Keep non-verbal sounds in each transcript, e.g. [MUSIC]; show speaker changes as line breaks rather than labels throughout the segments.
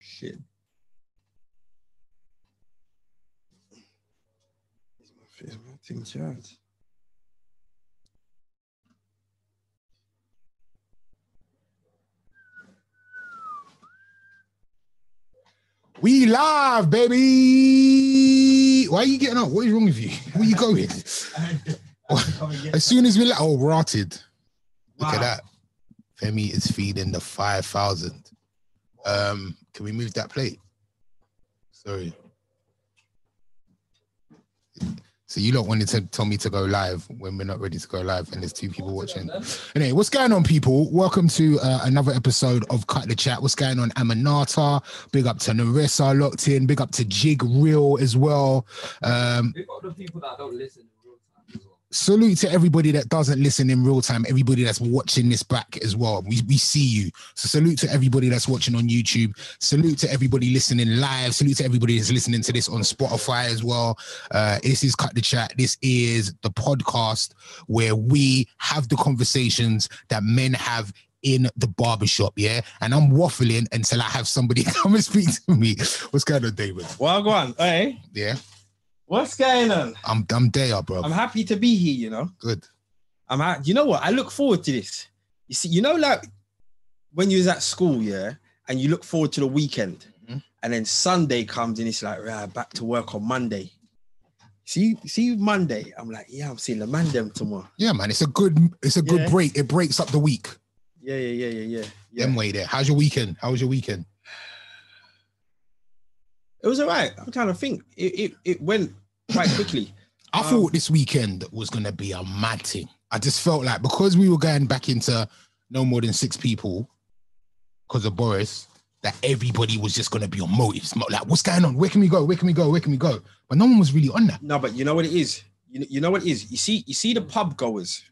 shit. Where's my team chat?
We live, baby. Why are you getting up? What is wrong with you? Where you going? as soon as we like, oh, rotted. Look at that. Femi is feeding the 5,000. Um, can we move that plate? Sorry. So you lot wanted to tell me to go live when we're not ready to go live and there's two people watching. Anyway, what's going on, people? Welcome to uh, another episode of Cut the Chat. What's going on, Aminata? Big up to Narissa locked in. Big up to Jig Real as well. Um,
We've got the people that don't listen in real time as well.
salute to everybody that doesn't listen in real time, everybody that's watching this back as well. We, we see you. So salute to everybody that's watching on YouTube. Salute to everybody listening live. Salute to everybody that's listening to this on Spotify as well. Uh, this is Cut the Chat. This is the podcast where we have the conversations that men have in the barbershop, yeah? And I'm waffling until I have somebody [LAUGHS] come and speak to me. What's going on, David?
Well, go on. Hey,
Yeah,
what's going on?
I'm, I'm there, bro.
I'm happy to be here. You know,
Good.
I'm. Ha- you know what? I look forward to this. You see, you know, like when you was at school, yeah, and you look forward to the weekend,
Mhm.
and then Sunday comes and it's like, right, back to work on Monday. See, see Monday. I'm like, yeah, I'm seeing the man them tomorrow.
Yeah, man, it's a good it's a good
Yeah.
break. It breaks up the week.
Yeah, yeah, yeah, yeah, yeah. yeah.
Them way there. How's your weekend? How was your weekend?
It was alright. I'm trying to think. It it, it went quite
[LAUGHS]
quickly.
I
Um,
thought this weekend was gonna be a mad thing. I just felt like because we were going back into no more than six people because of Boris, that everybody was just gonna be on motives. Mo- Like, what's going on? Where can we go? Where can we go? Where can we go? But no one was really on that.
No, but you know what it is. You know, you know what it is. You see, you see the pub goers.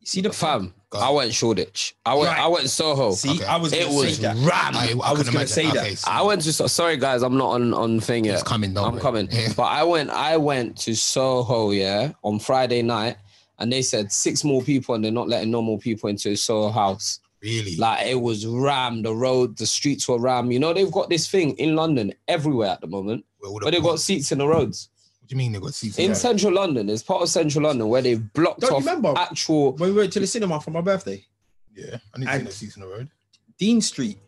You see the pub.
Fam,
Go.
I went Shoreditch. I went.
Right.
I went Soho.
See,
Okay.
I was.
It
gonna
was
say that.
ram.
I,
I was
couldn't
gonna say that.
so
I went to. So- Sorry, guys, I'm not on on thing
it's
yet.
coming. do
I'm coming. [LAUGHS] But I went. I went to Soho. Yeah, on Friday night, and they said six more people, and they're not letting no more people into Soho House.
Really?
Like it was ram. The road, the streets were ram. You know, they've got this thing in London everywhere at the moment,
Where all the
where they've got
pubs-
seats in the roads
what do you mean they got seats?
in central London. It's part of central London where they've blocked
Don't you
off
remember?
actual.
when we went to the cinema for my birthday,
yeah, I need
I-
to see no seats in the road.
Dean Street.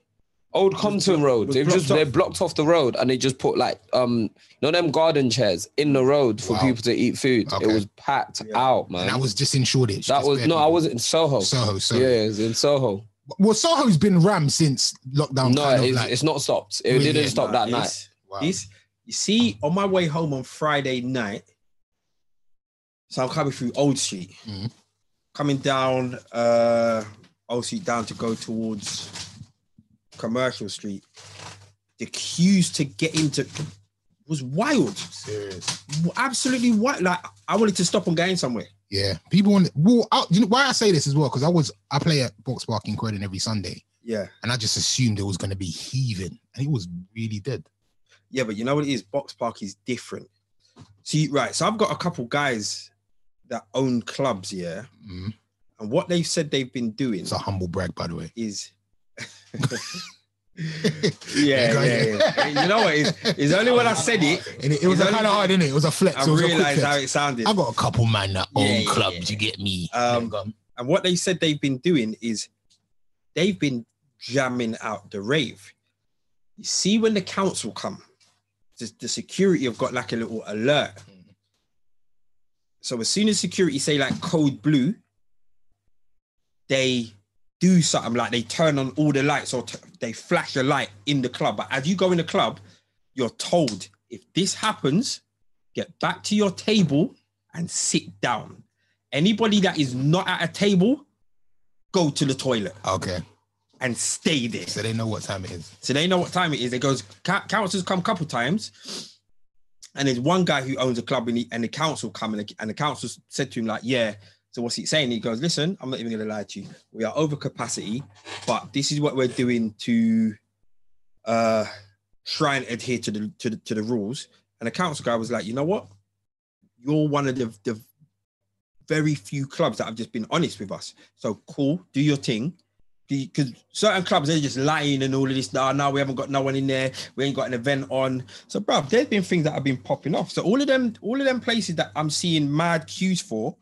Old
Was
Compton
blo-
Road.
was
They've
blocked
just
off.
they're blocked off the road and they just put like um you know them garden chairs in the road for
Wow.
people to eat food.
Okay.
It was packed
Yeah.
out,
And
man.
that was just in Shoreditch.
that
just
was
bare
no, I
people.
was in Soho.
Soho, Soho.
Oh. Yeah, it was in Soho.
Well, Soho's been rammed since lockdown.
no,
kind of
it's,
like-
it's not stopped. It
Really?
didn't
Nah,
stop that night.
this-
Wow.
This, you see, on my way home on Friday night, so I'm coming through Old Street,
Mhm.
coming down uh Old Street down to go towards Commercial Street. The queues to get into was wild,
serious.
absolutely wild. Like I wanted to stop on going somewhere.
Yeah, people want. Well, I, you know why I say this as well because I was I play at Box Park in Croydon every Sunday,
Yeah.
and I just assumed it was going to be heaving, and it was really dead.
Yeah, but you know what it is? Box Park is different. See, right. So I've got a couple guys that own clubs, yeah.
Mm.
And what they've said they've been doing
It's a humble brag, by the way.
[LAUGHS] is yeah, yeah, yeah. [LAUGHS] You know what it is? It's only when I said it,
And it, it was
It's
kind
only-
of hard, innit? It was a flex.
I
it was a quick
realized how
flex.
it sounded.
I got a couple man that
Yeah,
own
yeah, yeah,
clubs.
yeah.
You get me?
Um,
There you go.
And what they said they've been doing is they've been jamming out the rave. You see, when the council come, the, the security have got like a little alert. So as soon as security say like code blue, they do something like they turn on all the lights or t- they flash a light in the club. But as you go in the club, you're told if this happens, get back to your table and sit down. Anybody that is not at a table, go to the toilet
okay,
and stay there.
so they know what time it is.
So they know what time it is. It goes, "Ca- council's come a couple times. And there's one guy who owns a club and, he, and the council come and the, and the council said to him, like, yeah. So what's he saying? He goes, listen, I'm not even going to lie to you. We are over capacity, but this is what we're doing to uh, try and adhere to the, to the, to the rules. And the council guy was like, you know what? You're one of the, the very few clubs that have just been honest with us. So cool, do your thing. because certain clubs they're just lying and all of this. Now, now we haven't got no one in there. We ain't got an event on. So, bruv, there's been things that have been popping off. So all of them, all of them places that I'm seeing mad queues for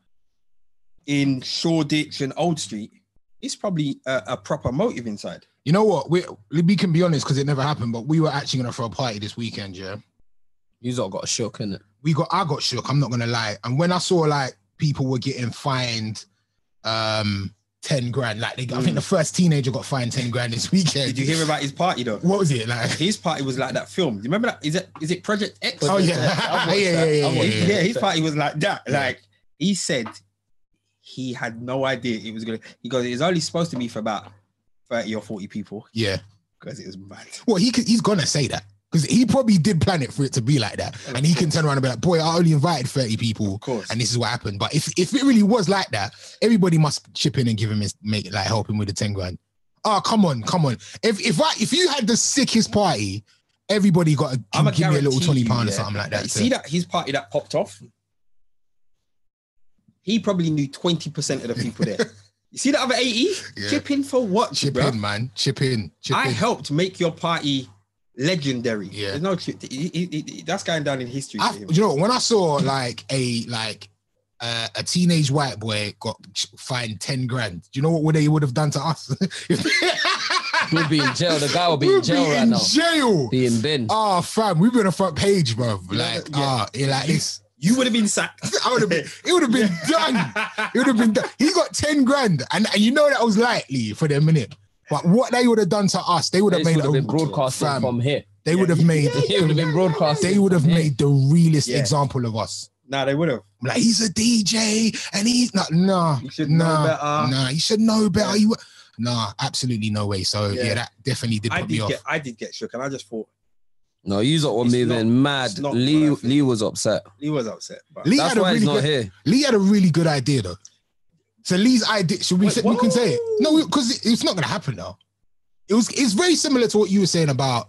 in Shoreditch and Old Street, it's probably a, a proper motive inside.
You know what? We we can be honest because it never happened, but we were actually gonna throw a party this weekend, yeah.
You all got shook, [LAUGHS] innit?
we got I got shook, I'm not gonna lie. And when I saw like people were getting fined um 10 grand, like they, I think the first teenager got fined 10 grand this weekend.
Did you hear about his party though?
[LAUGHS] what was
[LAUGHS]
it like? [LAUGHS]
His party was like that film. You remember that? Is it is it Project X?
Oh yeah.
I've
yeah,
watched
yeah,
that.
yeah,
I've
yeah,
watched
yeah.
that.
yeah, his party was like that. Like he said, he had no idea it was gonna. He goes, it's only supposed to be for about thirty or forty people
Yeah.
because it was mad.
Well, he could, he's gonna say that because he probably did plan it for it to be like that, and he can turn around and be like, "Boy, I only invited thirty people,
course.
and this is what happened." But if if it really was like that, everybody must chip in and give him his make like help him with the ten grand. Oh, come on, come on! If if I if you had the sickest party, everybody got to
I'ma
give me a little
guarantee
twenty
you,
pound or
yeah,
something like that.
You
to-
see that his party that popped off. He probably knew twenty percent of the people
[LAUGHS]
there. you see the other eighty?
Yeah.
Chip in for what?
chip
bruh?
in, man, chip in, chip
I
in.
helped make your party legendary.
Yeah.
There's no. chip- he- he- he- that's going down in history.
I,
for him.
you know, when I saw like a like uh, a teenage white boy got fined ten grand, do you know what would they would have done to us? [LAUGHS]
We'd be in jail. The guy would be
We'll
in jail
be
right
in
now.
jail.
Be in bin.
Oh, fam, we've been on front page, bro. Like,
yeah.
ah, yeah. like this.
You would have been
[LAUGHS]
sacked.
I would
[LAUGHS]
have been. It would have been done. It would have been done. He got ten grand, and, and you know that was likely for the minute. But what they would have done to us, they would
This
have made
would have
a
been broadcasting
fam,
from here.
They would have made.
It would have been broadcasting.
They would have
from here.
made the realest
Yeah.
example of us.
nah, they would have.
I'm like he's a DJ and he's not. Nah,
You should know
nah,
better.
nah. You should know better.
Yeah.
You, wa- nah, absolutely no way. So yeah,
Yeah.
that definitely did
I
put me
did
off.
get. I did get shook, and I just thought
No, you lot were
It's
moving
it's
mad.
not
Lee
worth it.
Lee was upset.
he was upset. But
Lee
That's
had a
why
really
he's not
good.
here.
Lee had a really good idea though. So Lee's idea, should we
Wait,
say, we can say it?
whoa.
No, because it's not gonna happen now. It was it's very similar to what you were saying about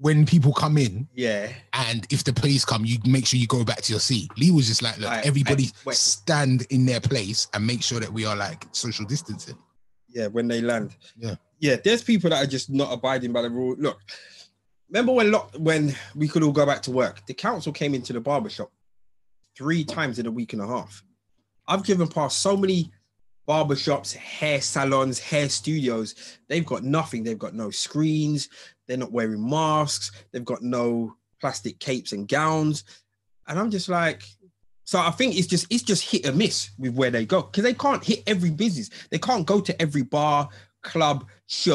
when people come in
yeah,
and if the police come, you make sure you go back to your seat. Lee was just like, look,
I-
everybody
I- wait.
stand in their place and make sure that we are like social distancing.
yeah, when they land,
Yeah.
yeah. There's people that are just not abiding by the rule. Look, remember when lock when we could all go back to work? The council came into the barber shop three times in a week and a half. I've driven past so many barbershops, hair salons, hair studios. They've got nothing. They've got no screens. They're not wearing masks. They've got no plastic capes and gowns. And I'm just like, so I think it's just it's just hit and miss with where they go because they can't hit every business. They can't go to every bar, club,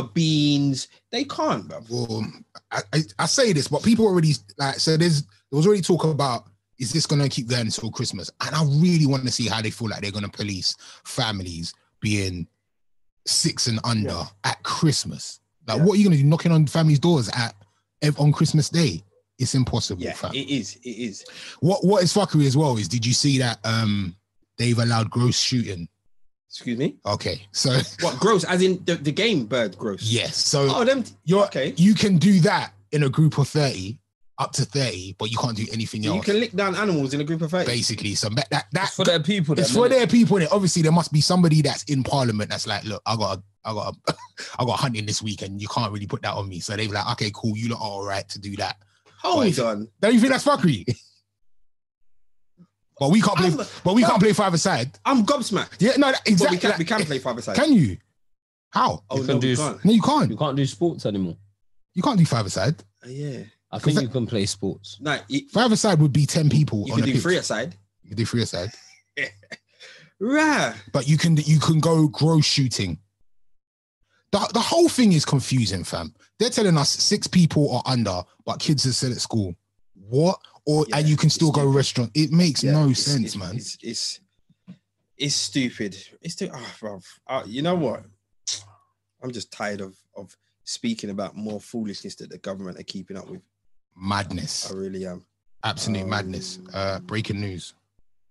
shabins. They can't. bruv.
Well, I, I, I say this, but people already like so there's there was already talk about is this gonna keep going until Christmas? And I really want to see how they feel like they're gonna police families being six and under at Christmas. Like
Yeah.
what are you gonna do? Knocking on families' doors at ev- on Christmas Day? It's impossible,
Yeah,
fam.
it is. It is.
what what is fuckery as well is did you see that um they've allowed gross shooting?
Excuse me.
Okay, so [LAUGHS]
What gross? As in the, the game bird gross?
yes, so
Oh, them.
you're
okay.
you can do that in a group of 30 up to 30 but you can't do anything
You
else
can lick down animals in a group of thirty.
basically so that that, that
It's for their people.
it's
then,
for
innit?
their people in it obviously there must be somebody that's in parliament that's like look i got a, i got a, [LAUGHS] i got hunting this week and you can't really put that on me so they've like okay cool you lot are all right to do that
Hold
Wait.
on.
don't you think that's fuckery [LAUGHS] but we can't play
I'm-
but we
no.
can't play five aside
I'm gobsmacked.
yeah no that-
But
exactly
we can,
like, eh,
we can play five aside.
can you how
oh
You
no,
can
we
do-
can't.
no you can't
You can't do sports anymore.
you can't do five aside
Uh, yeah.
I
Cause
think
that-
you can play sports.
No, you,
five aside would be 10 people
you can
on the
do
pitch.
three aside.
you can do three aside
Rah.
but you can you can go gross shooting. The, the whole thing is confusing, fam. They're telling us six people are under, but kids are still at school. What? Or and
Yeah,
you can still
it's
go restaurant. It makes
Yeah,
no
it's- it's-
sense, man.
It's it's, it's stupid. It's too, oh, bruv. Uh, you know what? I'm just tired of of speaking about more foolishness that the government are keeping up with.
madness.
I really am.
Absolute
um,
madness. Uh, breaking news.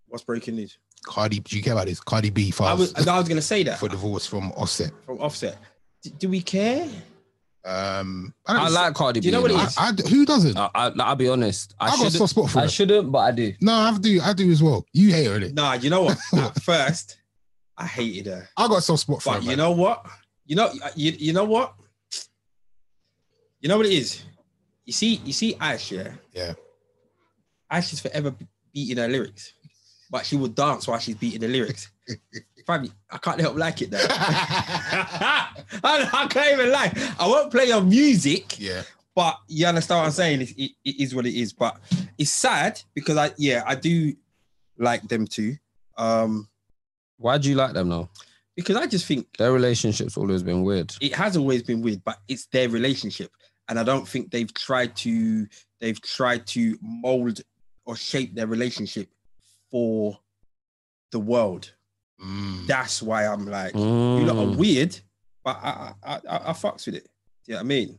What's breaking news?
Cardi, do you care about this? Cardi B
I
files
was I was gonna say that
for divorce from Offset.
from Offset. D- do we care?
Um, I, don't-
I like Cardi
Do you
B,
know what it
though.
I- I- who doesn't?
I, I, I'll be honest. I,
I got a
shouldn't.
soft spot for
I
her.
shouldn't, but I do.
no, I do. I do as well. You hate her, innit?
Nah, you know what? At first, I hated her,
I got a soft spot for her.
but you
man.
know what? You You know, uh, you, you know what? You know what it is? You see, you see Ash, yeah?
Yeah.
Ash is forever beating her lyrics. But she will dance while she's beating the lyrics. Fam, I can't help like it though. [LAUGHS] I, I can't even lie. I won't play your music,
[LAUGHS] yeah.
but you understand what I'm saying. It, it, it is what it is. But it's sad because I, yeah, I do like them too. Um,
Why do you like them though?
because I just think
Their relationship's always been weird.
it has always been weird, but it's their relationship, and I don't think they've tried to they've tried to mold or shape their relationship for the world.
Mm.
That's why I'm like, you lot are
Mm.
weird, but I I, I, I fucks with it. Do you know what I mean?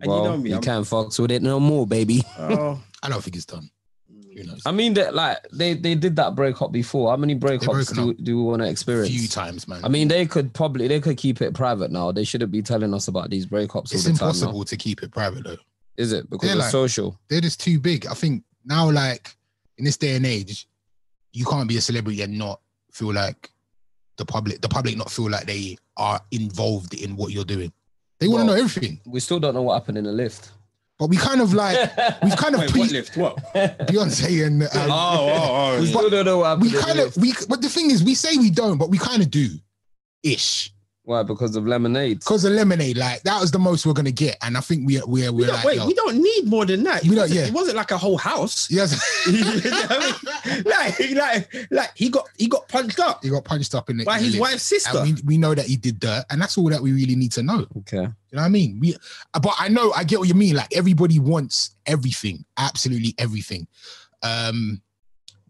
And
well,
you know me, I'm-
can't fucks with it no more, baby. [LAUGHS]
oh,
I don't think it's done. Who knows?
I mean, that like they they did that breakup before. How many breakups
broken
do, do we want to
A
experience?
few times, man.
I mean, they could probably they could keep it private now. They shouldn't be telling us about these breakups all
it's
the time. Now.
impossible to keep it private though.
Is it because
They're
it's
like-
social?
They're just too big. I think now, like in this day and age, you can't be a celebrity and not feel like the public, the public not feel like they are involved in what you're doing. They want to
Well-
know everything,
We still don't know what happened in the lift.
but we kind of
[LAUGHS]
like we've kind of
wait, what
preached
lift? What?
Beyonce and
Oh,
Ah,
um,
oh, oh.
we still don't know what happened.
we
in the
kind of
lift.
we. But the thing is, we say we don't, but we kind of do, ish.
why because of lemonade.
Because of lemonade, like that was the most we're gonna get, and I think we we we're
We don't,
like,
wait,
yo,
we don't need more than that. It,
We don't-
wasn't,
yeah.
it wasn't like a whole [LAUGHS] house.
yes,
You know what I mean? like, like, like he got he got punched up
[LAUGHS] he got punched up in the
by
in the
his
lip.
wife's sister.
And we, we know that he did that, and that's all that we really need to know.
Okay.
You know what I mean? We, uh, but I know I get what you mean. Like everybody wants everything, absolutely everything. Um,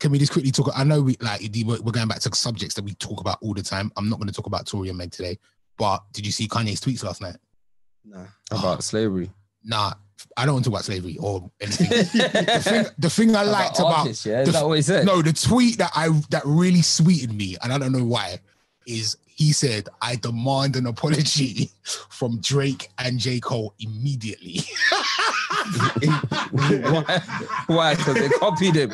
can we just quickly talk? I know we like the- we're we're going back to subjects that we talk about all the time. I'm not going to talk about Tory and Meg today, but did you see Kanye's tweets last night?
Nah.
About slavery.
Nah, I don't want to talk about slavery or anything.
[LAUGHS]
the, thing, the thing I liked about
artists, yeah, is
the-
that what he said?
No, the tweet that I that really sweetened me, and I don't know why, is he said, "I demand an apology [LAUGHS] from Drake and J Cole immediately." [LAUGHS]
why? [LAUGHS] Why? Because they copied him.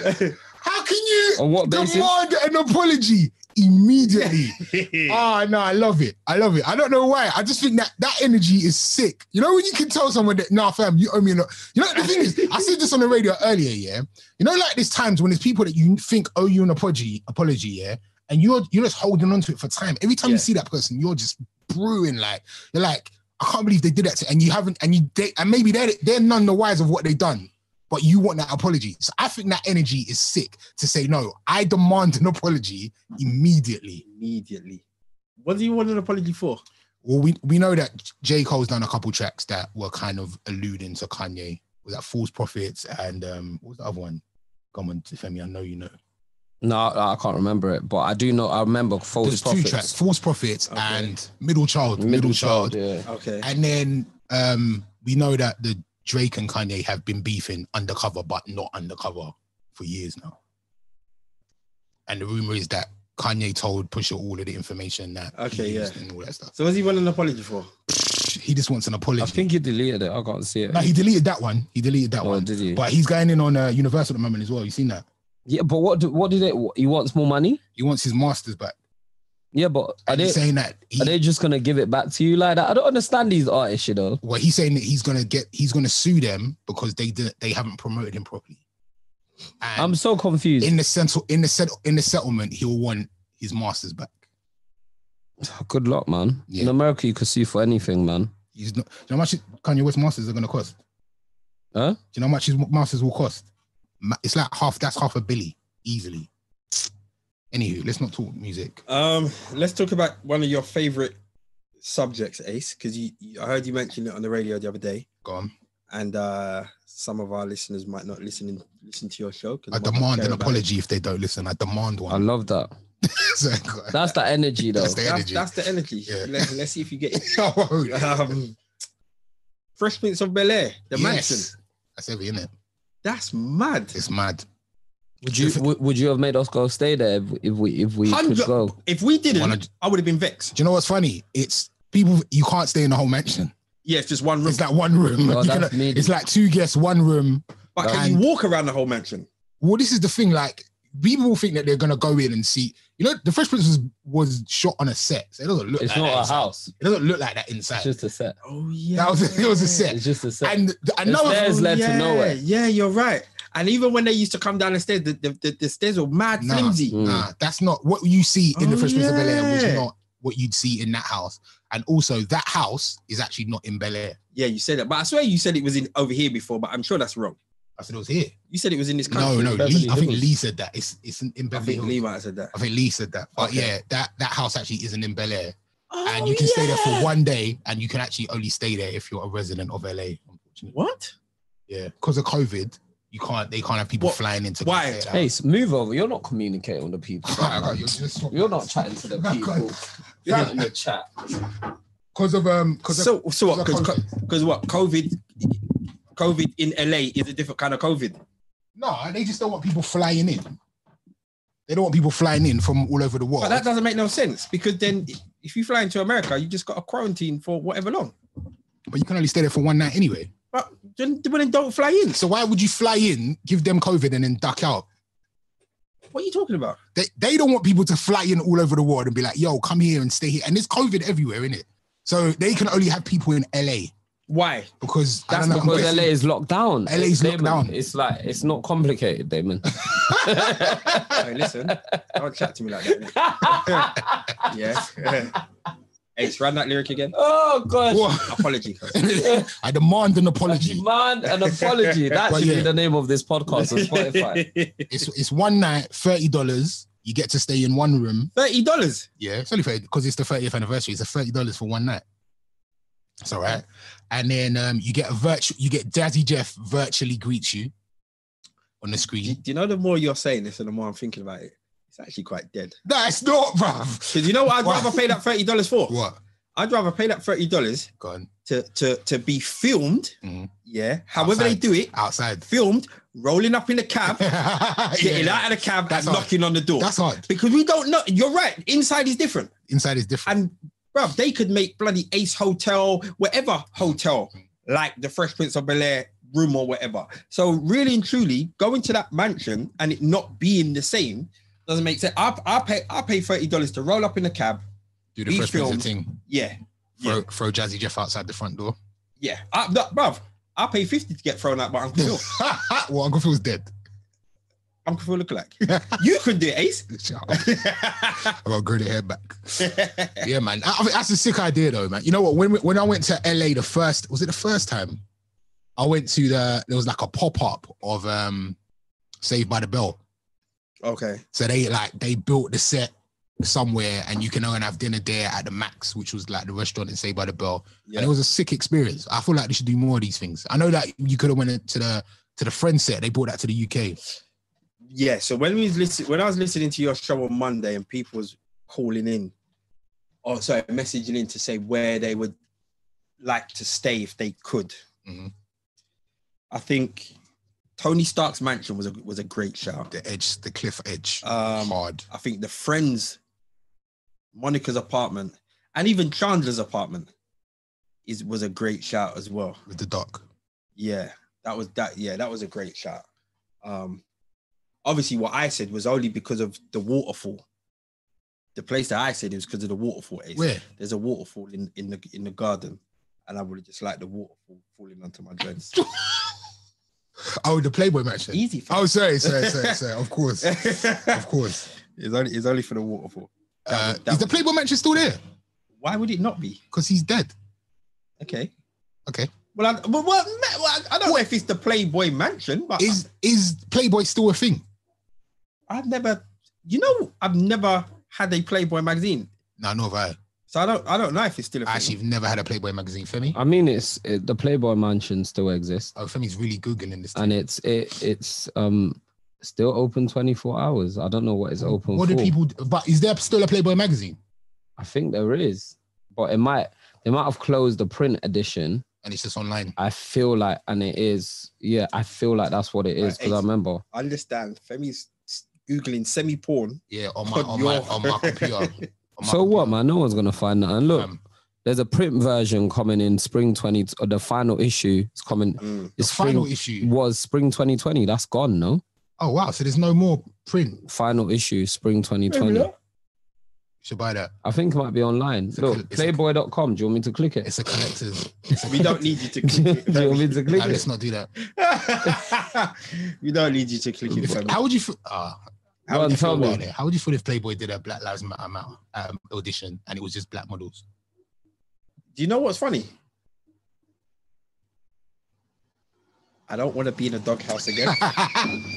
How can you
On what basis?
demand an apology immediately?
[LAUGHS] yeah,
Ah, no, I love it. I love it. I don't know why. I just think that that energy is sick. You know when you can tell someone that, nah, fam, you owe me. An, you know the thing is, I said this on the radio earlier. Yeah, you know, like there's times when there's people that you think owe you an apology, apology. Yeah, and you're you're just holding on to it for time. Every time you
Yeah.
see that person, you're just brewing like you're like, I can't believe they did that, to, and you haven't, and you they, and maybe they're they're none the wise of what they've done. But you want that apology. So I think that energy is sick to say, no, I demand an apology immediately.
immediately. What do you want an apology for?
Well, we we know that J Cole's done a couple tracks that were kind of alluding to Kanye. Was that False Prophets and um, what was the other one? Come on, Femi, I know you know.
No, I I can't remember it, but I do know. I remember false
There's
prophets.
two tracks: False Prophets
Okay.
and Middle Child. Middle, Child.
Yeah.
Okay.
And then um, we know that the Drake and Kanye have been beefing undercover, but not undercover for years now. And the rumor is that Kanye told Pusha all of the information that he
Okay, yeah.
used and all that stuff.
So what do you want an apology for?
He just wants an apology.
I think he deleted it. I can't see it.
No, he deleted that one. He deleted that
Oh,
one.
did he?
But he's going in on uh, Universal at the moment as well. You seen that?
yeah, but what? Do, what did it? He wants more money.
He wants his masters back.
Yeah, but are
And
they
he's saying that he,
are they just gonna give it back to you like that? I don't understand these artists, you know.
well, he's saying that he's gonna get he's gonna sue them because they did, they haven't promoted him properly. And
I'm so confused.
in the central in the set in the settlement, he'll want his masters back.
Good luck, man.
Yeah.
In America, you could sue for anything, man.
He's not. Do you know how much Kanye West masters are gonna cost?
Huh?
Do you know how much his masters will cost? Ma- It's like half. That's half a billy easily. Anywho, let's not talk music.
Um, let's talk about one of your favorite subjects, Ace, because you, you I heard you mention it on the radio the other day,
Go on.
and uh some of our listeners might not listen and listen to your show. 'cause
I
they might not
demand
care
an
about
apology if they don't listen. I demand [LAUGHS]
I
one.
love that.
So-
That's the energy, though.
That's the
it. That's,
energy.
that's the energy.
Yeah.
Let, let's see if you get it.
[LAUGHS] Oh,
um, Fresh Prince of Bel Air, the
yes.
mansion.
That's heavy, innit?
That's mad.
It's mad.
would you would, would you have made us go stay there if, if we if we could
Hundred-
[LAUGHS]
go?
If we didn't,
One hundred-
I would have been vexed.
Do you know what's funny? It's people. You can't stay in the whole mansion.
Yeah, it's just one room.
It's that one room. [LAUGHS]
No,
You
that's
cannot-
me.
it's like two guests, one room.
but can you walk around the whole mansion?
Well, this is the thing. Like people will think that they're gonna go in and see. You know, the Fresh Prince was, was shot on a set, so it doesn't look.
It's
like
not
that
a
inside.
house.
It doesn't look like that
It's
inside.
just a set.
Oh yeah,
that was it was a set.
It's just a set.
And th- another
stairs
thing-
led to nowhere.
Oh, Yeah, you're right. And even when they used to come down the stairs, the, the, the, the stairs were mad
Nah.
flimsy.
Mm.
Nah, that's not what you see in the
Oh,
Fresh Prince of Bel Air was
yeah.
not what you'd see in that house. And also, that house is actually not in Bel Air.
Yeah, you said that. But I swear you said it was in over here before, but I'm sure that's wrong.
I said it was here.
You said it was in this
No,
country.
no,
Beverly
Lee, I think
Hills.
Lee said that. It's it's in, in
I
Beverly
think
Hills.
Lee might have said that.
I think Lee said that. But
Okay.
yeah, that that house actually isn't in Bel Air,
Oh,
and you can stay there
Oh,
for one day, and you can actually only stay there if you're a resident of LA. Unfortunately,
What?
yeah, because of COVID, you can't. They can't have people
What?
flying into.
Why?
the
Hey, s- move over. You're not communicating with the people.
[LAUGHS] you're, just,
You're not chatting to the people. You're not in the chat.
because of um, because
So so
of,
what?
'cause of
Because
COVID.
what? COVID, COVID in LA is a different kind of COVID.
no, they just don't want people flying in. They don't want people flying in from all over the world.
But that doesn't make no sense because then if you fly into America, you just got a quarantine for whatever long.
but you can only stay there for one night anyway.
But then, well, then don't fly in.
So why would you fly in, give them COVID, and then duck out?
What are you talking about?
They, they don't want people to fly in all over the world and be like, yo, come here and stay here. And there's COVID everywhere, innit? So they can only have people in LA
Why?
because I
That's
don't know, I'm
because
guessing-
LA is locked down.
LA is locked
Damon,
down.
It's like it's not
[LAUGHS]
complicated, Damon. [LAUGHS]
Hey, listen, don't chat to me like that. yeah. [LAUGHS] hey, run that lyric again.
oh gosh. [LAUGHS]
What? [LAUGHS]
Apology.
I demand an
I
apology.
demand
[LAUGHS]
an apology. That
But
should be
yeah.
the name of this
[LAUGHS]
podcast on Spotify.
It's, it's one night, $30. You get to stay in one room.
Thirty dollars.
Yeah, it's only 30 because it's the 30th anniversary. It's a $30 for one night. It's all right. And then um, you get a virtual, you get Daddy Jeff virtually greets you on the
Do,
screen.
do you know the more you're saying this, and the more I'm thinking about it, it's actually quite dead.
That's not, bruv.
Because you know what? I'd
Why?
rather pay that thirty dollars for.
What?
I'd rather pay that thirty dollars
Go on.
to to to be filmed.
Mhm.
Yeah. However they
Outside.
do it,
Outside.
filmed, rolling up in the
[LAUGHS]
cab, getting
Yeah.
out of the cab,
That's
and
hard.
knocking on the door.
That's hard.
because we don't know. You're right. Inside is different.
Inside is different.
And bruv, they could make bloody Ace Hotel, whatever hotel, like the Fresh Prince of Bel Air room or whatever. So really and truly, going to that mansion and it not being the same doesn't make sense. I I pay I pay thirty dollars to roll up in the cab.
Do the
we
first person
filmed-
thing.
Yeah,
Throw, throw Jazzy Jeff outside the front door.
yeah. I, no, bruv, I pay fifty to get thrown out by
[LAUGHS]
Uncle Phil.
well, Uncle Phil's dead.
Uncle Phil look like
I
you could do it, Ace.
got grow the hair back. Yeah, man. I, I think that's a sick idea, though, man. You know what? When we- when I went to LA the first, was it the first time? I went to the there was like a pop up of um Saved by the Bell.
okay.
So they like they built the set somewhere, and you can go and have dinner there at the Max, which was like the restaurant in Saved by the Bell.
Yeah.
and it was a sick experience. I feel like they should do more of these things. I know that you could have went to the to the friend set. They brought that to the UK.
yeah so when we was listen, when i was listening to your show on monday and people was calling in or sorry messaging in to say where they would like to stay if they could
Mhm.
i think tony stark's mansion was a was a great shout
The edge, the cliff edge,
um
hard.
i think the friends monica's apartment and even chandler's apartment is was a great shout as well
with the dock.
yeah, that was that. Yeah, that was a great shot. Um, obviously, what I said was only because of the waterfall. The place that I said it was because of the waterfall. Ace.
Where?
There's a waterfall in, in the in the garden, and I would have just liked the waterfall falling onto my
[LAUGHS]
dreads.
Oh, the Playboy match.
Easy.
Oh, sorry, sorry,
[LAUGHS]
sorry, sorry. Of course, of
it's
course.
only it's only for the waterfall.
Uh,
That- that-
is the Playboy match still there?
Why would it not be?
Because he's dead.
Okay.
Okay.
Well, I, well, well, ma- well, I don't know if it's the Playboy Mansion, but
Is is Playboy still a thing?
I've never, you know, I've never had a Playboy magazine,
No, no, I.
so I don't, I don't know if it's still a
I
thing.
actually have never had a Playboy magazine. Femi.
I mean, it's it, the Playboy Mansion still exists,
Oh, Femi's really googling this.
and it's it it's um still open 24 hours. I don't know what it's open
What
for.
do people? do- But is there still a Playboy magazine?
I think there is, but it might they might have closed the print edition.
And it's just online.
I feel like, and it is, yeah, I feel like that's what it is
Right,
because I
eight.
remember.
understand. Femi's googling semi porn.
Yeah, on my
God,
on my,
yo.
on my computer.
[LAUGHS]
On my
So what,
computer.
man? No one's gonna find that. And look,
Um,
there's a print version coming in spring 20 or the final issue is coming
the
Mm.
it's spring
final issue.
was spring 2020 that's gone no
Oh wow! So there's no more print. You
Final issue, spring 2020.
should buy that.
I think it might be online.
a cl-
Look,
it's a-
playboy.com. Do you want me to click it?
It's a collector's.
We don't need you to
[LAUGHS] do
click
[LAUGHS]
you want me
it. [LAUGHS]
to
Nah,
click
let's
it?
not do that.
we don't need you to click it. fam.
How would you? F- uh,
Go on, tell
Well,
me.
there. How would you feel if Playboy did a Black Lives Matter ma- um, audition and it was just black models?
Do you know what's funny? I don't want to be in a doghouse
[LAUGHS]
again.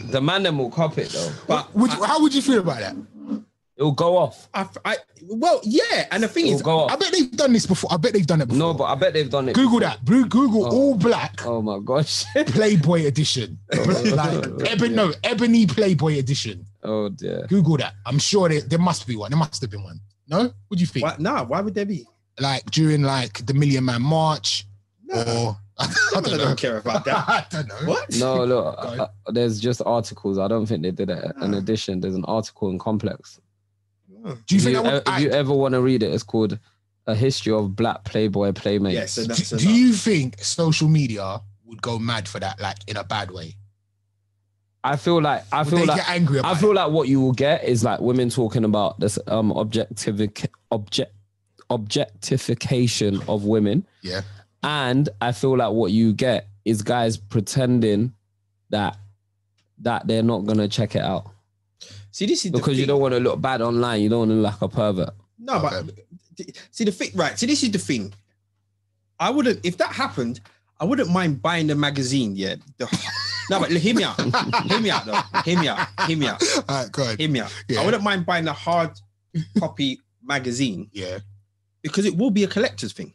The man then will cop it though.
but
Would you- how would you feel about that?
It'll go off.
I, I, well, yeah. And the thing
It'll
is,
go
I
off.
bet they've done this before. I bet they've done it before.
Oh. No, but I bet they've done it.
Google that. Bru- Google
Oh.
all
[LAUGHS]
black
Oh my gosh.
Playboy edition. like ebon, no ebony Playboy edition.
oh dear.
Google that. I'm sure there, there must be one. There must have been one. No, what do you think?
why, nah, why would there be?
Like during like the Million Man March
Nah,
or [LAUGHS] I
I
don't
don't,
know. [LAUGHS]
care about that.
I don't know.
what?
No, look,
[LAUGHS] Go. Ah.
uh, uh, there's just articles. I don't think they did it. An edition, there's an article in Complex.
Do you
if,
think that
you,
would?
e- if you ever want to read it, it's called A History of Black Playboy Playmates.
Yes, and that's
do,
enough.
do you think social media would go mad for that, like in a bad way?
I feel like I
Would
feel
they
like
get angry about
I feel like what you will get is like women talking about this um objectific object objectification of women.
Yeah.
And I feel like what you get is guys pretending that that they're not gonna check it out.
See, this is the
Because you
thing.
don't want to look bad online, you don't want to look like a pervert.
No, but see the thing, right? So this is the thing. I wouldn't, if that happened, I wouldn't mind buying the magazine. Yeah.
[LAUGHS]
The- no, but hear me out. hear me out, though. Hear me out. Hear me out.
it? All right, go ahead.
Hear me out.
Yeah.
I wouldn't mind buying a hard copy magazine
Yeah.
because it will be a collector's thing.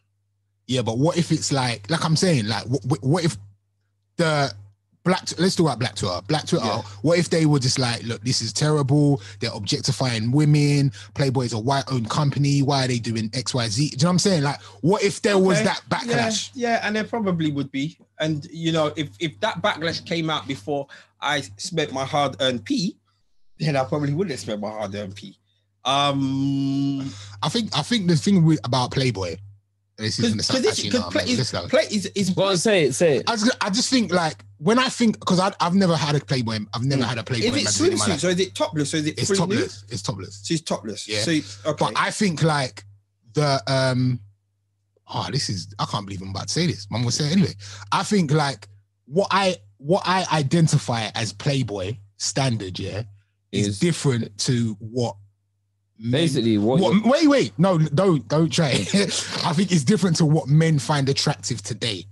Yeah, but what if it's like, like I'm saying, like, what, what if the black? Let's talk about black Twitter. Black Twitter.
Yeah.
What if they were just like, look, this is terrible. They're objectifying women. Playboy is a white-owned company. Why are they doing X, Y, Z? Do you know what I'm saying? Like, what if there was
Okay.
that
Yeah,
backlash?
yeah, and there probably would be. And you know, if if that backlash came out before I spent my hard-earned P, then I probably wouldn't have spent my hard-earned P. Um
I think, I think the thing with, about Playboy, this is
because
gonna sound
this
catchy,
is
you know what I
play
mean?
is
Just like-
play is is
Go on, say it, say it.
I just, I just think like when I think because I've never had a Playboy. I've never
Mm.
had a Playboy.
is it
magazine in my
swimsuit?
life.
So is it topless? So is it
It's
fully nude?
topless. It's topless.
So it's topless.
Yeah.
So you- okay.
But I think like the um oh this is I can't believe I'm about to say this. Mum will say it anyway. I think like what I what I identify as Playboy standard, yeah, is,
Is-
different to what men-
Basically, what,
what,
you're-
wait, wait, no, don't don't try. [LAUGHS] it. I think it's different to what men find attractive today.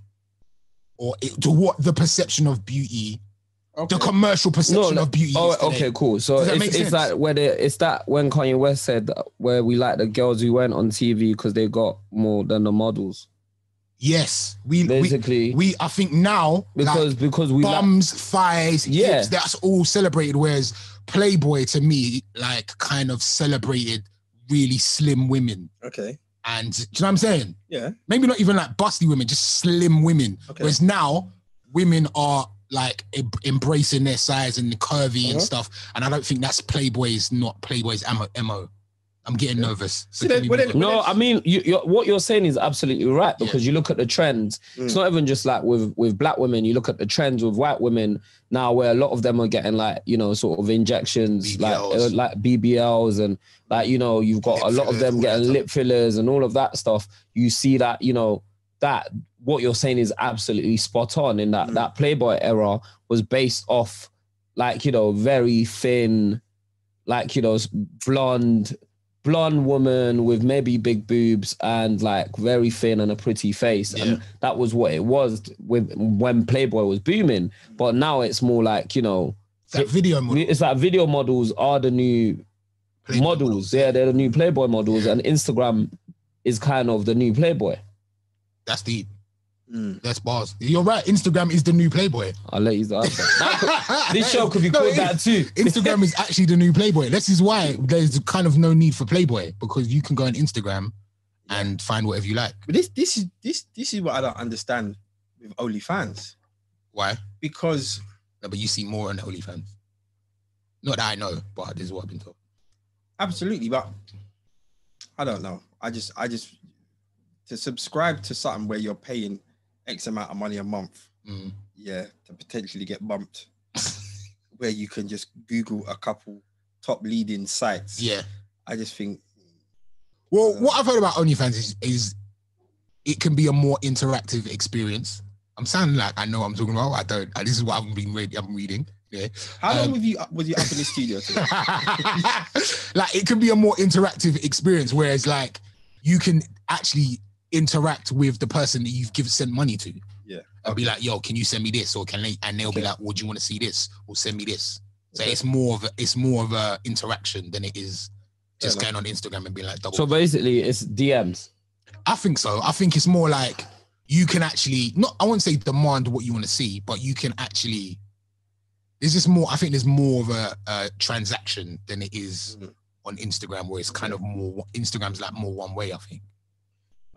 Or it, to what the perception of beauty,
okay.
the commercial perception
no.
of beauty.
Oh,
is today.
okay, cool. So
Does that
it's,
make
it's
sense?
that where they, it's that when Kanye West said that where we like the girls who went on TV because they got more than the models,
Yes, we we,
basically,
we. I think now like,
because because we like,
bums, thighs,
Yeah.
hips, that's all celebrated. Whereas Playboy to me, like kind of celebrated really slim women.
okay.
And do you know what I'm saying?
Yeah.
Maybe not even like busty women, just slim women.
Okay.
Whereas now women are like em- embracing their size and the curvy and
Uh-huh.
stuff. And I don't think that's Playboy's not Playboy's amo- MO. I'm getting nervous.
See,
So can
then-
we
well,
move
then-
on?
No, I mean, you, you're, what you're saying is absolutely right
Yeah.
because you look at the trends. It's not even just like with with black women. You look at the trends with white women now, where a lot of them are getting like you know sort of injections, like
BBLs.
uh, like BBLs and like you know you've got
Lip
a lot of
fillers,
them
all that
getting
stuff.
lip fillers and all of that stuff. You see that you know that what you're saying is absolutely spot on in that
Mm.
that Playboy era was based off like you know very thin, like you know s- blonde blonde woman with maybe big boobs and like very thin and a pretty face
Yeah.
and that was what it was with when playboy was booming but now it's more like you know
that video Mm. model,
it's like video models are the new
Playboy
models yeah they're the new playboy models
Yeah.
and instagram is kind of the new playboy
That's the
Mm.
that's bars. You're right. Instagram is the new Playboy.
i'll let you that
[LAUGHS]
this show could be
No,
called
it-
that too
Instagram is actually the new Playboy. This is why there's kind of no need for Playboy because you can go on Instagram and find whatever you like.
But this this is this this is what I don't understand with OnlyFans
Why?
because
No, but you see more on OnlyFans. Not that I know, but this is what I've been told.
absolutely, but I don't know. I just I just to subscribe to something where you're paying X amount of money a month,
Mm.
yeah, to potentially get bumped. [LAUGHS] where you can just Google a couple top leading sites.
Yeah.
I just think
Well, what I've heard about OnlyFans is, is it can be a more interactive experience. I'm sounding like I know what I'm talking about. I don't. I, this is what I've been read, I'm reading. Yeah.
how long
Um,
were you was you up in the studio? Today?
[LAUGHS] like it can be a more interactive experience, whereas like you can actually interact with the person that you've given sent money to.
Yeah.
I'll be like, yo, can you send me this? Or can they and they'll be
Okay.
like, Would you want to see this? Or send me this. So
Okay.
it's more of a, it's more of a interaction than it is
Fair
just
enough.
going on Instagram and being like double
So basically, it's DMs.
I think so. I think it's more like you can actually not. I won't say demand what you want to see, but you can actually. There's just more. I think there's more of a, a transaction than it is
Mhm.
on Instagram, where it's kind of more. Instagram's like more one way. I think.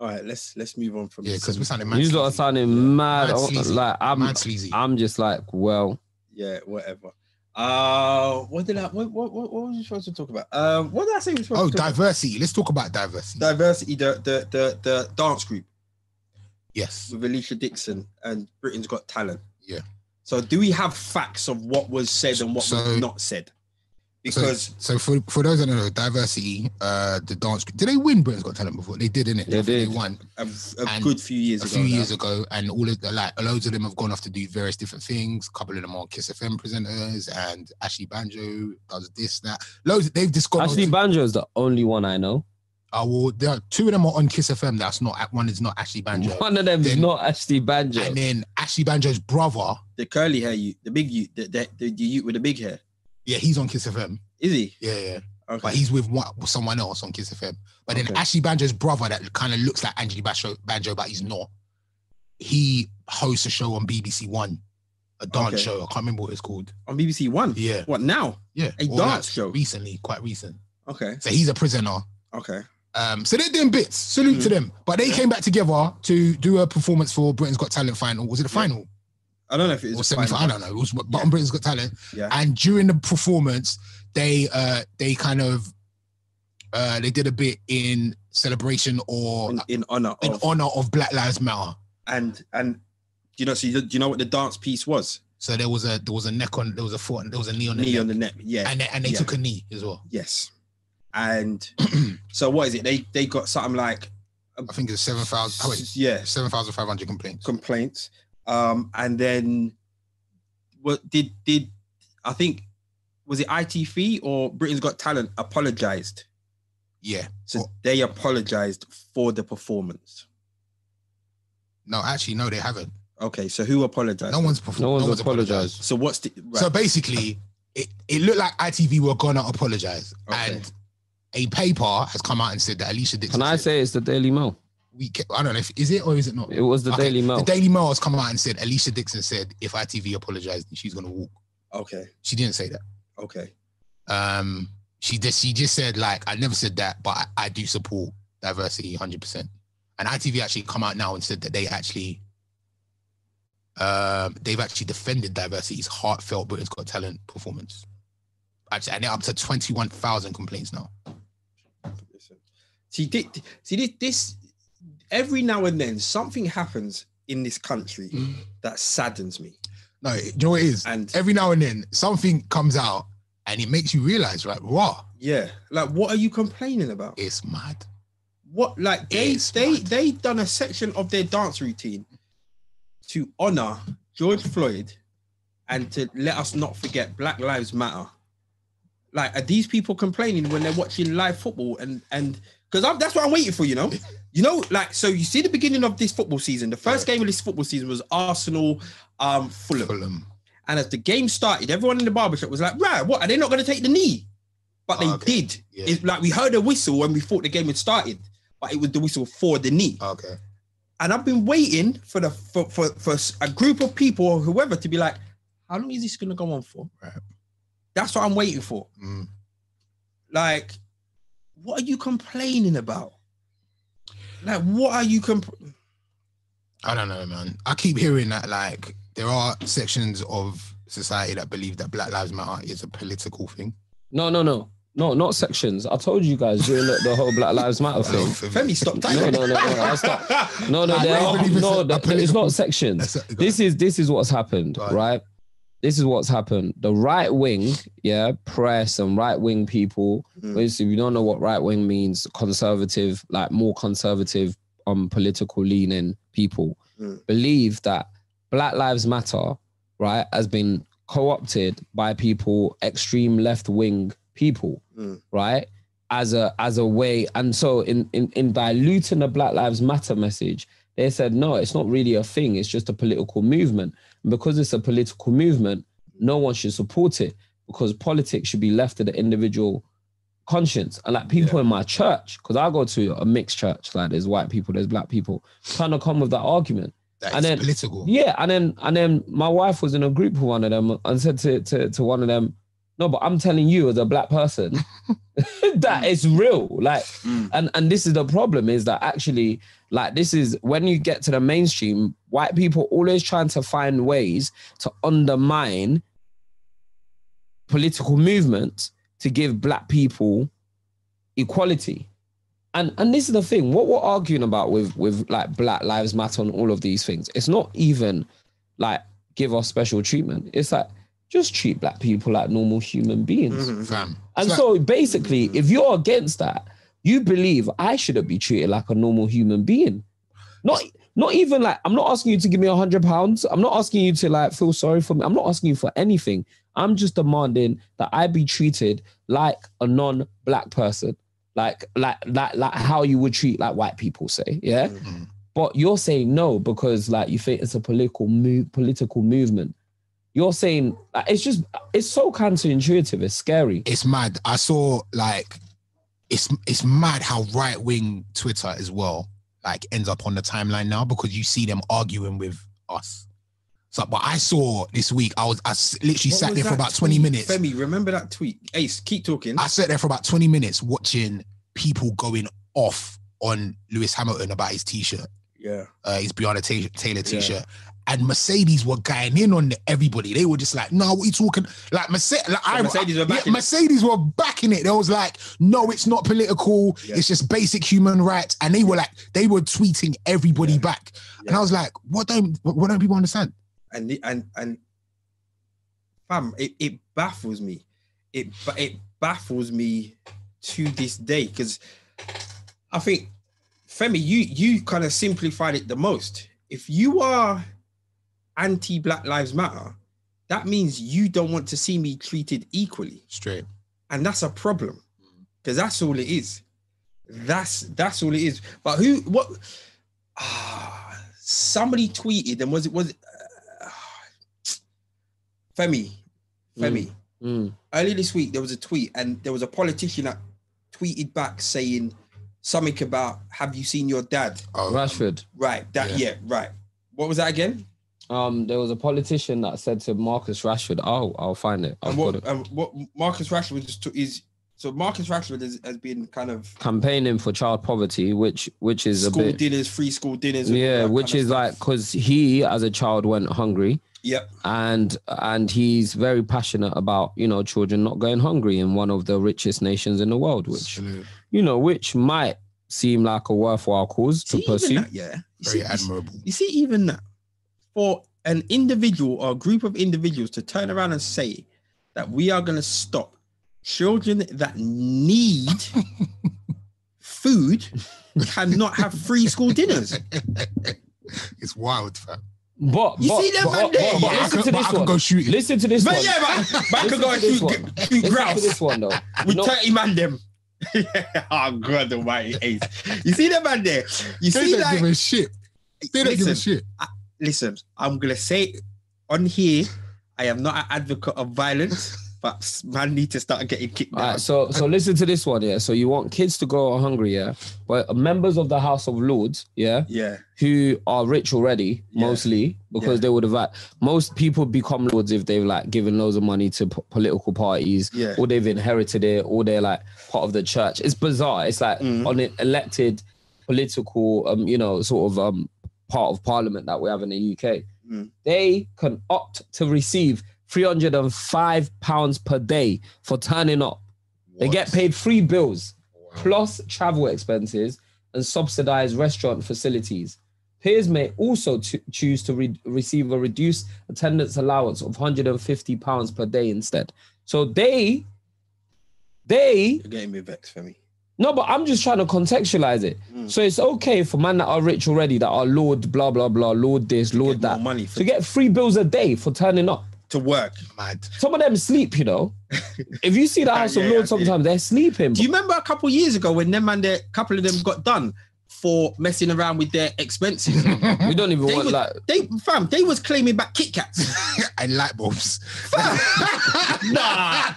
All right, let's let's move on from
Yeah,
this.
because we're sounding mad.
These lot are
sleazy.
sounding mad.
Mad
oh,
sleazy.
Like I'm,
mad sleazy.
[LAUGHS] I'm just like, well,
yeah, whatever. Uh, what did I what what, what what was you supposed to talk about? Um, what did I say? We were supposed
oh,
to talk
diversity. Let's talk about diversity.
about? diversity. The the the the dance group
yes.
with Alicia Dixon and Britain's Got Talent.
Yeah.
So do we have facts of what was said and what
So-
was not said? Because
So for for those that don't know, diversity. Uh, the dance. Did they win Britain's Got Talent before? They did, innit?
They
I think They
did.
won.
a, a
and
good few years
a
ago.
few
now.
years ago, and all of the like loads of them have gone off to do various different things. A couple of them are Kiss FM presenters, and Ashley Banjo does this, that. Loads they've just gone.
Ashley
Ashley
Banjo is the only one I know.
well, there are two of them are on Kiss FM. That's not one is not Ashley Banjo,
One of them is
Then-
not Ashley Banjo.
and then Ashley Banjo's brother.
The curly hair, you, the big you, the the, the, the you with the big hair,
Yeah, he's on Kiss FM.
is he?
Yeah, yeah,
Okay.
but he's with one, someone else on Kiss FM. But then
Okay.
Ashley Banjo's brother, that kind of looks like Angeli Banjo, Banjo, but he's not. He hosts a show on BBC One, a dance
Okay.
show. I can't remember what it's called.
on BBC One.
Yeah.
What now?
Yeah,
A
or,
dance show.
recently, quite recent.
Okay.
So he's a prisoner.
Okay.
Um, so they're doing bits. Salute to them. But they
Mm. Yeah.
came back together to do a performance for Britain's Got Talent final. Was it the
Yeah.
final
I don't know if it
or
is. a
semi? I
final.
don't know. It was but
Yeah.
on Britain's Got Talent.
Yeah.
And during the performance, they uh they kind of uh they did a bit in celebration or
In, in honor
in
of
honor of Black Lives Matter.
and and you know, so you, do you know what the dance piece was?
So there was a there was a neck on there was a foot and there was a knee on the
Knee
neck.
on the neck. Yeah.
and they, and they
Yeah.
took a knee as well.
yes. And [CLEARS THROAT] so what is it? They they got something like
I think it's seven thousand. Oh wait,
yeah
seven thousand five hundred complaints.
complaints. Um, and then what did did I think was it ITV E or Britain's Got Talent apologized?
Yeah.
So
Oh.
they apologized for the performance.
No, actually, no, they haven't.
Okay, so who apologized?
No one's performed.
Uh, no one's apologized.
So what's the right?
So basically, it, it looked like ITV were gonna apologize,
Okay.
and a paper has come out and said that Alicia Dixon.
Can I
said
say it's the Daily Mail?
we? ca- I don't know if is it or is it not.
It was the
Okay,
Daily Mail.
The Daily Mail has come out and said Alicia Dixon said if ITV apologized, she's gonna walk.
okay,
She didn't say that.
okay,
Um, she just she just said like I never said that, but I, I do support diversity 100. percent And ITV actually come out now and said that they actually. Um, they've actually defended diversity's heartfelt Britain's Got Talent performance. Actually, and they're up to 21,000 complaints now.
See, thi- thi- see this, this every now and then something happens in this country that saddens me.
No, you know what it is?
And
Every now and then, something comes out and it makes you realize, right? Wow,
yeah, like what are you complaining about?
it's mad.
What like they
It's
they
mad.
they done a section of their dance routine to honor George Floyd and to let us not forget Black Lives Matter. Like are these people complaining when they're watching live football and and because I'm that's what I'm waiting for, you know. You know, like so you see the beginning of this football season, the first game of this football season was Arsenal um Fulham.
Fulham.
And as the game started, everyone in the barbershop was like, right, what? Are they not going to take the knee? But they
Oh, okay.
did.
Yeah.
It's like we heard a whistle when we thought the game had started, but it was the whistle for the knee.
Okay.
And I've been waiting for the for, for, for a group of people or whoever to be like, how long is this going to go on for?
Right.
That's what I'm waiting for.
Mm.
Like, what are you complaining about? Like, what are you comp?
I don't know, man. I keep hearing that like there are sections of society that believe that Black Lives Matter is a political thing.
No, no, no, no, not sections. I told you guys during the, the whole Black
[LAUGHS]
Lives Matter
I don't
thing.
think-
Femi, stop
[LAUGHS] No,
typing.
no, no, no.
[LAUGHS]
I'll stop. No, no,
I
they
don't
are,
believe it's
no.
a- a
they- It's
political-
not sections.
That's it.
This is this is what's happened,
Go on.
right? this is what's happened. The right wing, yeah, press and right wing people.
Mm.
Obviously, we don't know what right wing means. Conservative, like more conservative, um, political leaning people
Mm.
believe that Black Lives Matter, right, has been co-opted by people, extreme left wing people,
Mm.
right, as a as a way. And so, in in in diluting the Black Lives Matter message, they said no, it's not really a thing. It's just a political movement. And because it's a political movement, no one should support it because politics should be left to the individual conscience. And like people in my church, because I go to a mixed church, like there's white people, there's black people, trying to come with that argument.
That
And
is
then-
political.
Yeah, and then and then my wife was in a group with one of them and said to to, to one of them, "No, but I'm telling you as a black person [LAUGHS] that it's real." Like,
Mm.
and and this is the problem is that actually, like, this is when you get to the mainstream, white people always trying to find ways to undermine political movements to give black people equality. And and this is the thing, what we're arguing about with with like Black Lives Matter and all of these things, it's not even like give us special treatment. It's like just treat black people like normal human beings.
Mhm.
Fam. It's
And
like-
so basically, if you're against that, you believe I shouldn't be treated like a normal human being. Not not even like I'm not asking you to give me a hundred pounds. I'm not asking you to like feel sorry for me. I'm not asking you for anything. I'm just demanding that I be treated like a non-black person. Like like like like how you would treat like white people say. Yeah.
Mhm.
But you're saying no because like you think it's a political move political movement. You're saying like, it's just it's so counterintuitive, it's scary.
it's mad. I saw like it's it's mad how right wing Twitter as well like ends up on the timeline now because you see them arguing with us. So, but I saw this week. I was I s- literally
What
sat
was
there for
that
about twenty
tweet?
minutes.
Femi, remember that tweet? Ace, keep talking.
I sat there for about twenty minutes watching people going off on Lewis Hamilton about his t-shirt,
yeah.
uh, his Breonna Ta- Taylor
Yeah.
t-shirt, and Mercedes were going in on everybody. They were just like, "No, what you talking?" Like Mercedes, like, I,
Mercedes were
yeah,
backing it.
Mercedes were backing it. They was like, "No, it's not political.
Yeah.
It's just basic human rights." And they were like, they were tweeting everybody
Yeah.
back, and
Yeah.
I was like, "What don't what, what don't people understand?"
and the- and and fam, it, it baffles me. It ba- it baffles me to this day because I think Femi, you you kind of simplified it the most. If you are anti Black Lives Matter, that means you don't want to see me treated equally,
Straight.
and that's a problem
Mm.
because that's all it is. That's that's all it is. But who what? Ah, somebody tweeted and was it was it, uh, Femi, Femi.
Mm.
Earlier this week there was a tweet and there was a politician that tweeted back saying something about Have you seen your dad?
Oh,
Rashford.
Right, that yeah, right. What was that again?
Um, there was a politician that said to Marcus Rashford, "Oh, I'll find it. I've
and
got
what
it."
and what Marcus Rashford just took is so Marcus Rashford has, has been kind of
Campaigning for child poverty, which which is a
school
bit
dinners, free school dinners. and all
yeah,
that
which
kind of
is like
stuff.
because he as a child went hungry,
yep,
and and he's very passionate about you know children not going hungry in one of the richest nations in the world,
[LAUGHS]
which
absolute.
you know which might seem like a worthwhile cause to
See, even
pursue.
that, yeah, You see- you
very
see-
admirable. [LAUGHS]
You see, even that, for an individual or a group of individuals to turn around and say that we are going to stop children that
[LAUGHS]
need food cannot have free school dinners.
it's wild, fam.
But
You
but,
see them
but,
man
but-
there?
but
But I
listen
could,
to
but I
this
could go
one.
shooting.
Listen to this
But
one.
yeah, man, man
Listen
could go
to
and
this
shoot,
one.
g- shoot
Listen to
grouse [LAUGHS]
this one though.
with
No-
30 man them. [LAUGHS] oh, God almighty. Ace. You see the man there? You
They
see
don't
like,
give a shit. They don't give a
listen,
shit.
listen, I'm gonna say it on here, I am not an advocate of
[LAUGHS]
violence, but man need to start getting kicked
All
out.
right, Uh,
[LAUGHS]
so so listen to this one, yeah. So you want kids to go out hungry, yeah, but members of the House of Lords, yeah,
Yeah,
who are rich already
Yeah.
mostly because
Yeah.
they would have like, most people become lords if they've like given loads of money to po- political parties
yeah,
or they've inherited it or they're like part of the church. It's bizarre. It's like
Mhm.
on an elected political, um, you know, sort of um part of parliament that we have in the UK.
Mhm.
They can opt to receive three hundred and five pounds per day for turning up. They get paid three
Oh,
bills plus travel expenses and subsidized restaurant facilities. Peers may also t- choose to re- receive a reduced attendance allowance of 150 pounds per day instead. So they, they
You're getting me vexed for me.
no, but I'm just trying to contextualize it.
Mm.
So it's okay for man that are rich already, that are lord blah blah blah, lord this, lord
Get more
that,
money for,
to get three bills a day for turning up.
to work.
Mad.
Some of them sleep, you
[LAUGHS]
know. if you see the House
Yeah,
of Lords,
yeah, yeah.
sometimes they're sleeping.
Do you remember a couple years ago when them and a couple of them got done for messing around with their
[LAUGHS]
expenses?
we don't even
They
want
would-
like
they fam, they was claiming back Kit
[LAUGHS]
Kats.
and light bulbs.
[LAUGHS] nah.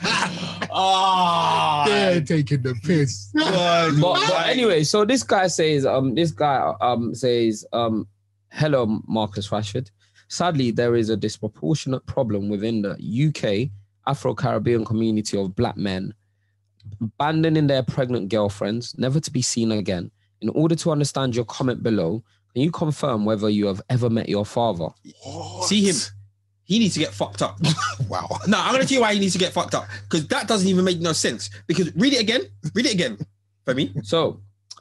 Ah.
They're taking the piss.
God,
but, but
right.
anyway, so this guy says, um, this guy um says, um, hello, Marcus Rashford. Sadly, there is a disproportionate problem within the UK Afro Caribbean community of black men abandoning their pregnant girlfriends, never to be seen again. In order to understand your comment below, can you confirm whether you have ever met your father?
See him. He needs to get fucked up.
Wow.
No, I'm gonna tell you why he needs to get fucked up because that doesn't even make no sense. Because read it again, read it again for me.
So,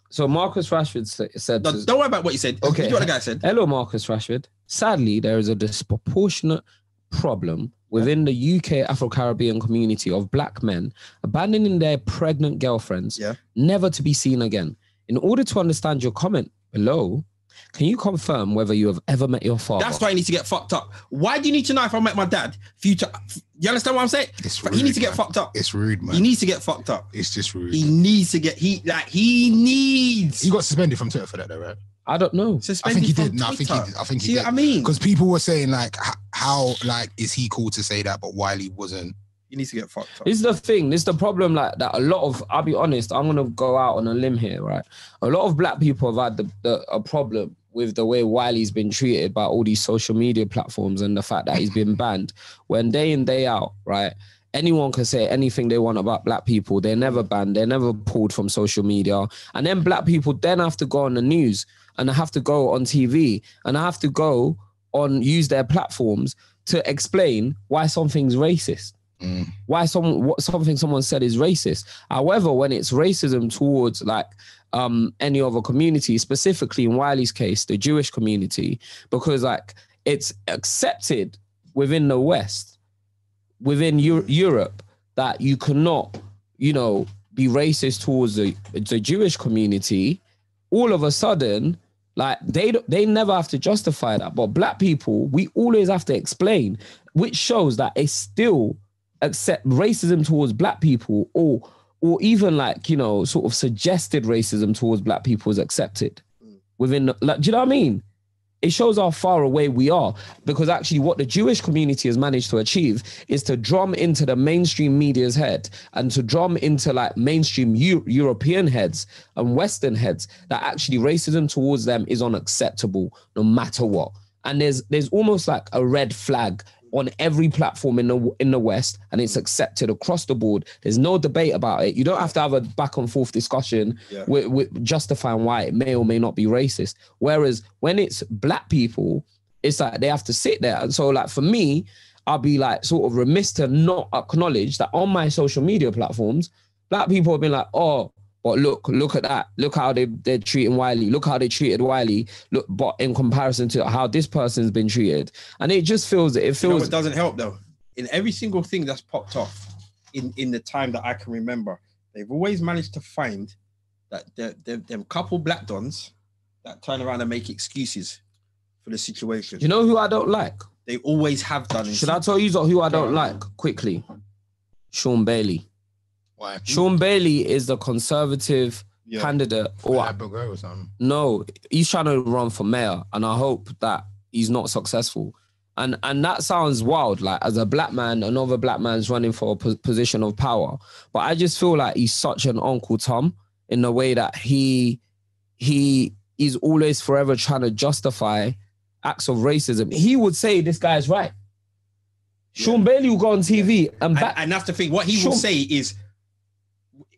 so Marcus Rashford sa- said,
No,
to-
don't worry about what you said.
Okay.
Read what the guy said.
Hello, Marcus Rashford. Sadly, there is a disproportionate problem within the UK Afro Caribbean community of black men abandoning their pregnant girlfriends,
Yeah.
never to be seen again. In order to understand your comment below, can you confirm whether you have ever met your father?
That's why he needs to get fucked up. Why do you need to know if I met my dad? For you to, you understand what I'm saying?
It's
he needs
rude,
to get
man.
fucked up.
It's rude, man.
He needs to get fucked up.
it's just rude.
He needs to get he like he needs.
He got suspended from Twitter for that, though, right?
I don't know.
I
suspended
think he
from
did. No, I think he
Twitter.
did. I think he
See
did.
what I mean?
Because people were saying like, h- how like is he cool to say that, but Wiley wasn't?
He needs to get fucked up.
This is the thing. This is the problem. Like that, a lot of. I'll be honest. I'm gonna go out on a limb here, right? A lot of black people have had the, the a problem with the way Wiley's been treated by all these social media platforms and the fact that he's been banned. When day in day out, right? Anyone can say anything they want about black people. They're never banned. They're never pulled from social media. And then black people then have to go on the news and have to go on TV and have to go on use their platforms to explain why something's racist
Mm.
why some what something someone said is racist. However, when it's racism towards like um any other community, specifically in Wiley's case, the Jewish community, because like it's accepted within the West, within Eu- Europe, that you cannot, you know, be racist towards the the Jewish community. All of a sudden, like they don't- they never have to justify that, but black people we always have to explain, which shows that it's still accept racism towards black people or or even like you know sort of suggested racism towards black people is accepted within the- like do you know what i mean it shows how far away we are because actually what the jewish community has managed to achieve is to drum into the mainstream media's head and to drum into like mainstream Eu- european heads and western heads that actually racism towards them is unacceptable no matter what and there's there's almost like a red flag on every platform in the in the West, and it's accepted across the board. There's no debate about it. You don't have to have a back and forth discussion
Yeah.
with, with justifying why it may or may not be racist. Whereas when it's black people, it's like they have to sit there. And so, like for me, I'll be like sort of remiss to not acknowledge that on my social media platforms, black people have been like, oh. But look, look at that. Look how they, they're treating Wiley. Look how they treated Wiley. Look, but in comparison to how this person's been treated. And it just feels, it
You know what
feels
doesn't help though? In every single thing that's popped off in, in the time that I can remember, they've always managed to find that the, the, them couple black dons that turn around and make excuses for the situation.
You know who I don't like?
they always have done. in
Should I tell you who I don't like quickly? Sean Bailey.
Why?
Sean Bailey is the conservative
Yeah.
candidate. Or
Why? Or something.
no, he's trying to run for mayor, and I hope that he's not successful. And and that sounds wild, like as a black man, another black man's running for a po- position of power. But I just feel like he's such an Uncle Tom in the way that he he is always forever trying to justify acts of racism. He would say this guy's right. Sean Bailey will go on TV and
and,
back.
and that's the thing. What he will
Sure.
say is,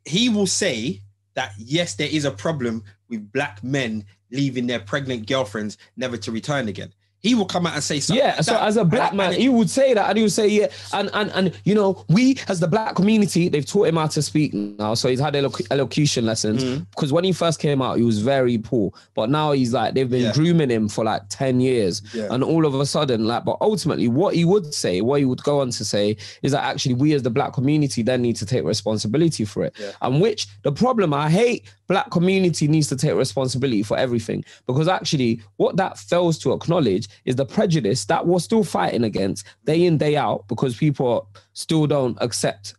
he will say that yes, there is a problem with black men leaving their pregnant girlfriends never to return again. He will come out and say something.
Yeah,
like
so
that.
as a black
And-
man,
and it-
he would say that, and he would say, yeah, and and and you know, we as the black community, they've taught him how to speak now, so he's had elocu- elocution lessons.
Mm.
Because when he first came out, he was very poor, but now he's like they've been
Yeah.
grooming him for like ten years,
Yeah.
and all of a sudden, like, but ultimately, what he would say, what he would go on to say, is that actually we as the black community then need to take responsibility for it,
Yeah.
and which the problem I hate, black community needs to take responsibility for everything because actually what that fails to acknowledge is the prejudice that we're still fighting against day in day out because people still don't accept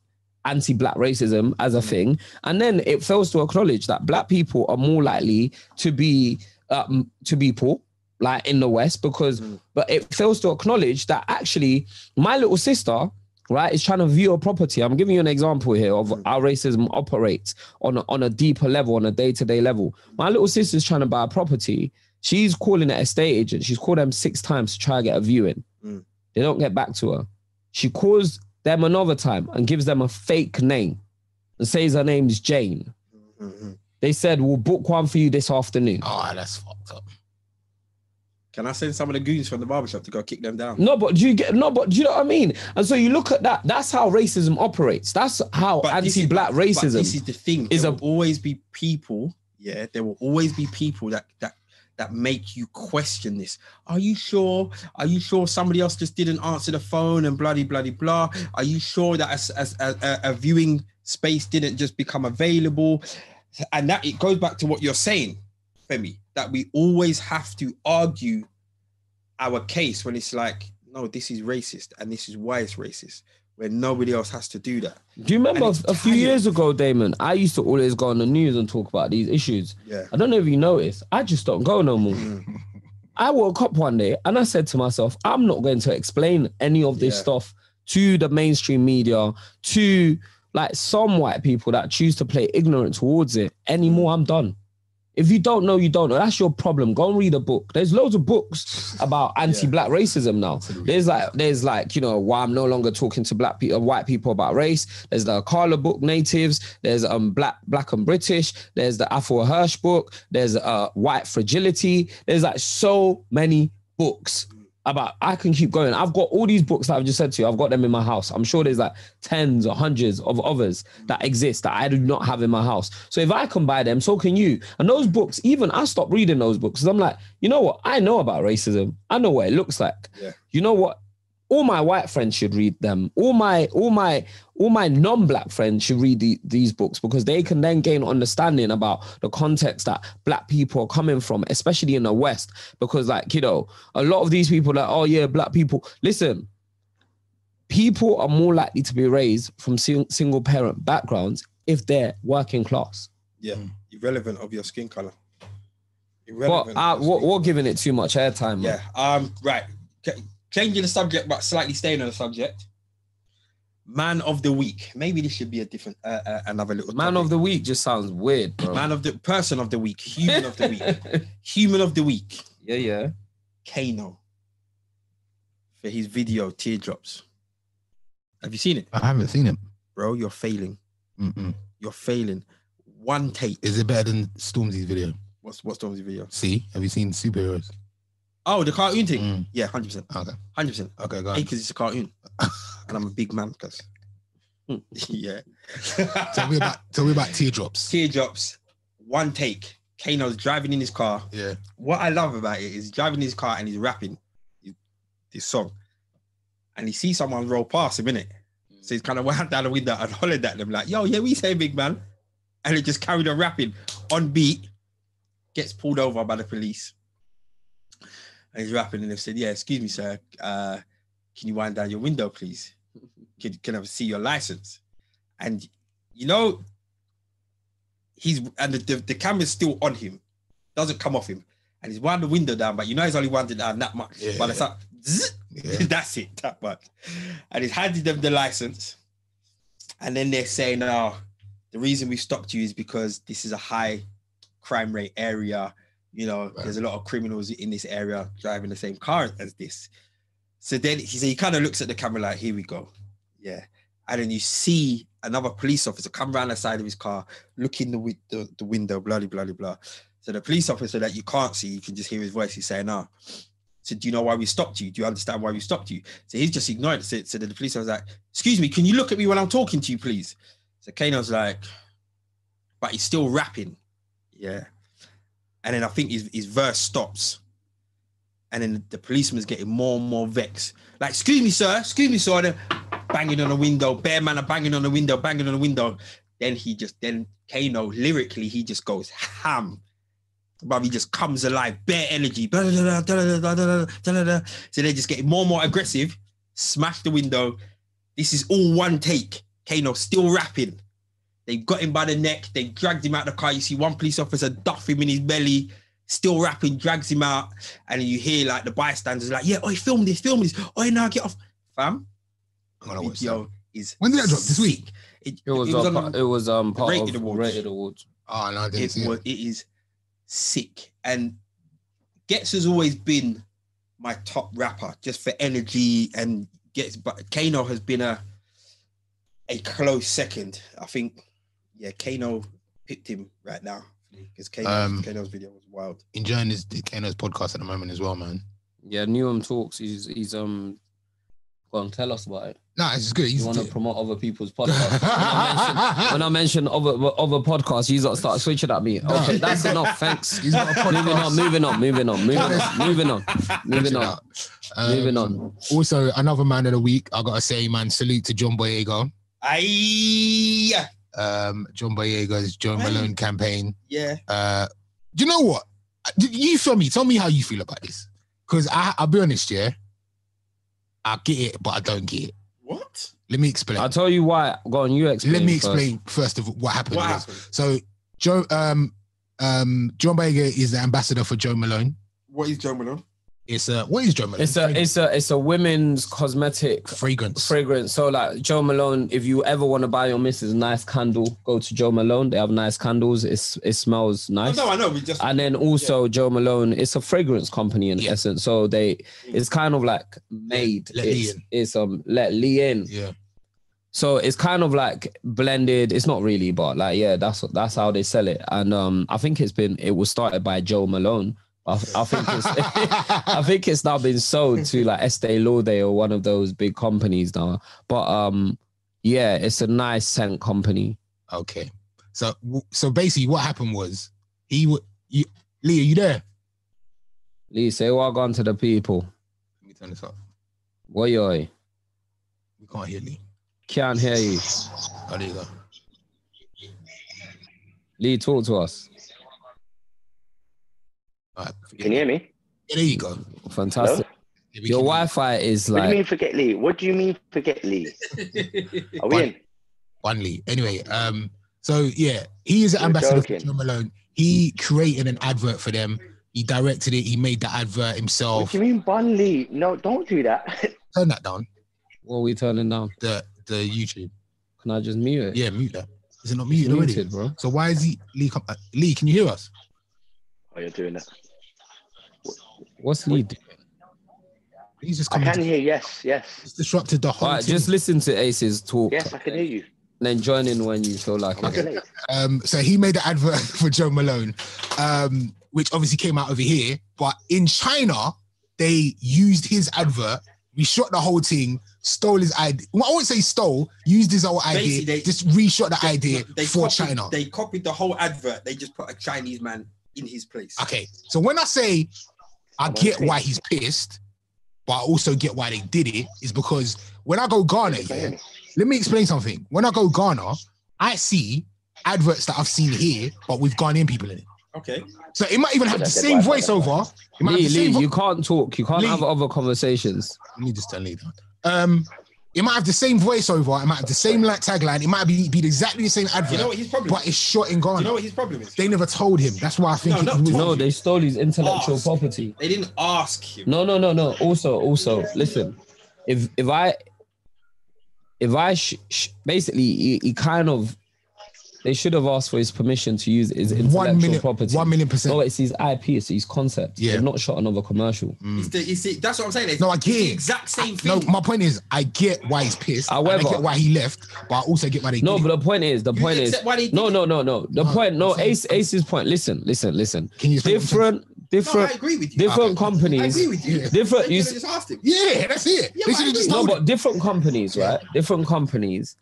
anti-black racism as a
Mm.
thing and then it fails to acknowledge that black people are more likely to be um, to be poor like in the west because but it fails to acknowledge that actually my little sister right is trying to view a property i'm giving you an example here of how racism operates on a, on a deeper level on a day-to-day level my little sister's trying to buy a property she's calling an estate agent she's called them six times to try and get a viewing
Mm.
they don't get back to her she calls them another time and gives them a fake name and says her name's jane
Mhm.
they said we'll book one for you this afternoon
Oh, that's fucked up.
Can I send some of the goons from the barbershop to go kick them down?
No, but do you get no, but do you know what I mean? And so you look at that. That's how racism operates. That's how
this is-
anti-black
but
racism.
This is the thing.
is
There
a-
will always be people. Yeah, there will always be people that that that make you question this. Are you sure? Are you sure somebody else just didn't answer the phone and bloody bloody blah? Are you sure that as, as, a- a, a viewing space didn't just become available? And that it goes back to what you're saying, Femi, that we always have to argue our case when it's like, no, this is racist and this is why it's racist, when nobody else has to do that.
do you remember
and it's
a few
tired.
years ago, Damon? I used to always go on the news and talk about these issues.
Yeah.
I don't know if you noticed. I just don't go no more.
Mm.
I woke up one day and I said to myself, I'm not going to explain any of this
Yeah.
stuff to the mainstream media, to like some white people that choose to play ignorant towards it anymore. I'm done. If you don't know, you don't know. That's your problem. Go and read a book. There's loads of books about anti-black racism now. There's like, there's like, you know, why I'm no longer talking to black people, white people about race. There's the Carla book, Natives. There's um black, black and British. There's the Afro Hirsch book. There's uh White Fragility. There's like so many books about. I can keep going. I've got all these books that I've just said to you. I've got them in my house. I'm sure there's like tens or hundreds of others that exist that I do not have in my house. So if I can buy them, so can you. And those books, even I stopped reading those books because I'm like, you know what? I know about racism. I know what it looks like.
Yeah.
You know what? All my white friends should read them. All my all my all my non-black friends should read the- these books because they can then gain understanding about the context that black people are coming from, especially in the West. Because like you know, a lot of these people are, oh yeah, black people. Listen, people are more likely to be raised from sing- single parent backgrounds if they're working class.
Yeah, irrelevant of your skin color.
But
Irrelevant.
uh,
of your
we're,
skin
we're
colour.
giving it too much airtime. man.
Yeah. Um. Right. Ch- Changing the subject, but slightly staying on the subject. Man of the week. Maybe this should be a different, uh, uh, another little
Man
topic.
of the week just sounds weird, bro.
man of the person of the week, human of the
[LAUGHS]
week, human of the week.
yeah, yeah.
Kano for his video teardrops. Have you seen it,
I haven't seen it.
bro? You're failing.
Mm-mm.
You're failing. One take.
Is it better than Stormzy's video?
What's what's Tom's video?
See, have you seen superheroes?
Oh, the cartoon thing.
Mm.
Yeah, hundred percent,
Okay,
hundred percent.
okay, go on.
because it's a cartoon, and I'm a big man. Because [LAUGHS] yeah,
Hmm. [LAUGHS] Tell me about tell me about teardrops.
teardrops. One take. Kano's driving in his car.
Yeah,
What I love about it is driving his car and he's rapping his- this song, and he sees someone roll past him in it. So he's kind of wound [LAUGHS] down the window and hollered at them like, "Yo, yeah, we say big man," and he just carried on rapping on beat. Gets pulled over by the police, and he's rapping, and they said, "Yeah, excuse me, sir. Uh, can you wind down your window, please?
[LAUGHS]
Can, can I see your license?" And you know, he's and the, the, the camera's still on him, doesn't come off him, and he's wound the window down, but you know he's only wound it down that much.
Yeah.
By the time, zzz,
yeah.
[LAUGHS] that's it, that much. And he's handed them the license, and then they're saying, "Oh, the reason we stopped you is because this is a high crime rate area. You know,
Right.
there's a lot of criminals in this area driving the same car as this." So then he so he kind of looks at the camera like, "Here we go, yeah." And then you see another police officer come round the side of his car, look in the, wi- the, the window, bloody, bloody, blah. So the police officer that you can't see, you can just hear his voice. He's saying, "Ah, So do you know why we stopped you? Do you understand why we stopped you? So he's just ignored it. So, so the police was like, excuse me, can you look at me when I'm talking to you, please? So Kano's like, but he's still rapping. Yeah. And then I think his, his verse stops. And then the policeman's getting more and more vexed. Like, excuse me, sir, excuse me, sir. They're banging on the window. Bear man are banging on the window, banging on the window. Then he just, then Kano lyrically, he just goes ham. But he just comes alive, bare energy. blah, blah, blah, blah, blah, blah, blah, blah. So they're just getting more and more aggressive. Smash the window. This is all one take. Kano still rapping. They got him by the neck. They dragged him out the car. You see one police officer duff him in his belly, still rapping, drags him out. And you hear like the bystanders like, yeah, I film this, film this. Oh, now get off. Fam,
I'm gonna watch that.
video is
When did that drop? This week?
sick. It,
It was,
it was
um,
on the-
it was um part
Rated
of
Awards.
rated awards.
Oh no, I didn't
it
see it.
was it is sick and Gets has always been my top rapper just for energy and Gets but Kano has been a a close second I think yeah Kano picked him right now because Kano,
Um,
Kano's video was wild
Enjoying his Kano's podcast at the moment as well, man.
Yeah, Newham talks. He's he's um. Go on, tell us about it.
No, it's good. He's
You want to promote other people's podcasts. [LAUGHS]
[LAUGHS]
When I mention- when I mention other other podcasts, you lot start switching at me.
No.
Okay, that's enough. Thanks.
He's got
[LAUGHS]
a
Moving on,
podcast.
moving on, moving on, moving on, moving on, moving on,
Um,
moving on.
Also, another man of the week. I gotta say, man, salute to John Boyega.
Aye,
Um, John Boyega's John
Hey.
Malone campaign.
yeah
Uh, do you know what? Do You feel me? Tell me how you feel about this, because I, I'll be honest, yeah, I get it, but I don't get it.
what
Let me explain.
I'll tell you why. Go on, you explain.
Let me
first.
explain first, of all what happened.
what
was-
happened
So Joe um um John Boyega is the ambassador for Joe Malone.
what is Joe Malone
It's uh what is Joe Malone?
It's a it's a it's a women's cosmetic
fragrance.
fragrance. So like Joe Malone, if you ever want to buy your missus a nice candle, go to Joe Malone. They have nice candles. It's it smells nice.
Oh,
no I know we just
And then also Joe Malone, it's a fragrance company in
Yeah. Mm.
essence. So they it's kind of like made.
Let Lee
it's,
in.
it's um let Lee in.
yeah.
So it's kind of like blended. It's not really, but like yeah, that's that's how they sell it. And um, I think it's been it was started by Joe Malone. I, I think
[LAUGHS]
it's, I think it's [LAUGHS] now been sold to like Estee Lauder or one of those big companies now. But um, yeah, it's a nice scent company.
okay. So w- so basically what happened was he would you Lee, are you there?
Lee, say what gone to the people.
Let me turn this up.
Boy, oi,
We can't hear Lee.
can't hear you.
Oh there you go.
Lee, talk to us.
All right.
Can you hear me?
Yeah, there you go.
Hello?
Fantastic.
Yeah, we
Your
can-
Wi-Fi is
What do you
like
mean forget Lee? What do you mean
[LAUGHS]
forget Lee? Are we
Fine.
in?
one Lee. Anyway, um, so yeah, he is an
You're
ambassador for
joking.
Joe Malone. He created an advert for them. He directed it. He made the advert
What
himself.
do you mean bun Lee? No, don't do that. [LAUGHS]
Turn that down.
what are we turning down?
The the YouTube.
Can I just mute it?
Yeah, mute that. Is it not
It's
muted already?
muted, bro.
So why is he Lee? Come, uh, Lee, can you hear us?
Oh, you're doing that.
What's Lee doing?
He's just
I
coming.
can hear. Yes, yes,
He's disrupted the whole.
All right,
thing.
just listen to Ace's talk.
yes. I can hear you.
And then join in when you feel like
I'm
it.
delayed.
Um, so he made the advert [LAUGHS] for Joe Malone, um, which obviously came out over here. But in China, they used his advert. We shot the whole thing, stole his idea. Well, I wouldn't say stole, used his whole idea,
Basically, they-
just reshot the idea
they
for
copied,
China.
they copied the whole advert they just put a Chinese man in his place
okay, so when I say I get why he's pissed, but I also get why they did it, is because when I go Ghana,
Can you hear
yeah,
me?
let me explain something. When I go Ghana, I see adverts that I've seen here, but with Ghanaian people in it.
okay
So it might even have the
That's it,
same
that's it, that's it.
voiceover. It might have
Lee,
the
Lee,
same vo-
you can't talk. You can't
Lee.
have other conversations.
Let me just turn Lee down. Um, it might have the same voiceover. It might have the same like tagline. It might be, be exactly the same advert,
you know what his problem
but
is?
it's shot in Ghana.
you know what his problem is
they never told him. That's why I think
No,
it
not
was-
told.
No, they stole his intellectual
Ask.
property.
They didn't ask him.
No, no, no, no. Also, also, listen. If if I if I sh- sh- basically he, he kind of they should have asked for his permission to use his intellectual
one million,
property.
one million percent.
No, it's his IP. It's his concept.
Yeah. Mm.
They've not shot another commercial.
It's the, it's the, that's what I'm saying. It's
No, I
it's
get
the
it.
exact same thing.
No, my point is, I get why he's pissed. and
However-
I get why he left, but I also get why they.
No,
did it.
but the point is, the
You
point is,
accept why they did
no,
it?
no, no, no. The
No,
point, no.
I'm saying-
Ace, Ace's point. Listen, listen, listen.
can you explain what I'm saying?
different
No, I
different
agree with you.
different
I
companies.
agree with you.
Different.
You
You,
just asked him.
Yeah, that's it.
Yeah,
they
but
should
I
have
agree.
just
no,
told
but different companies, right? Different companies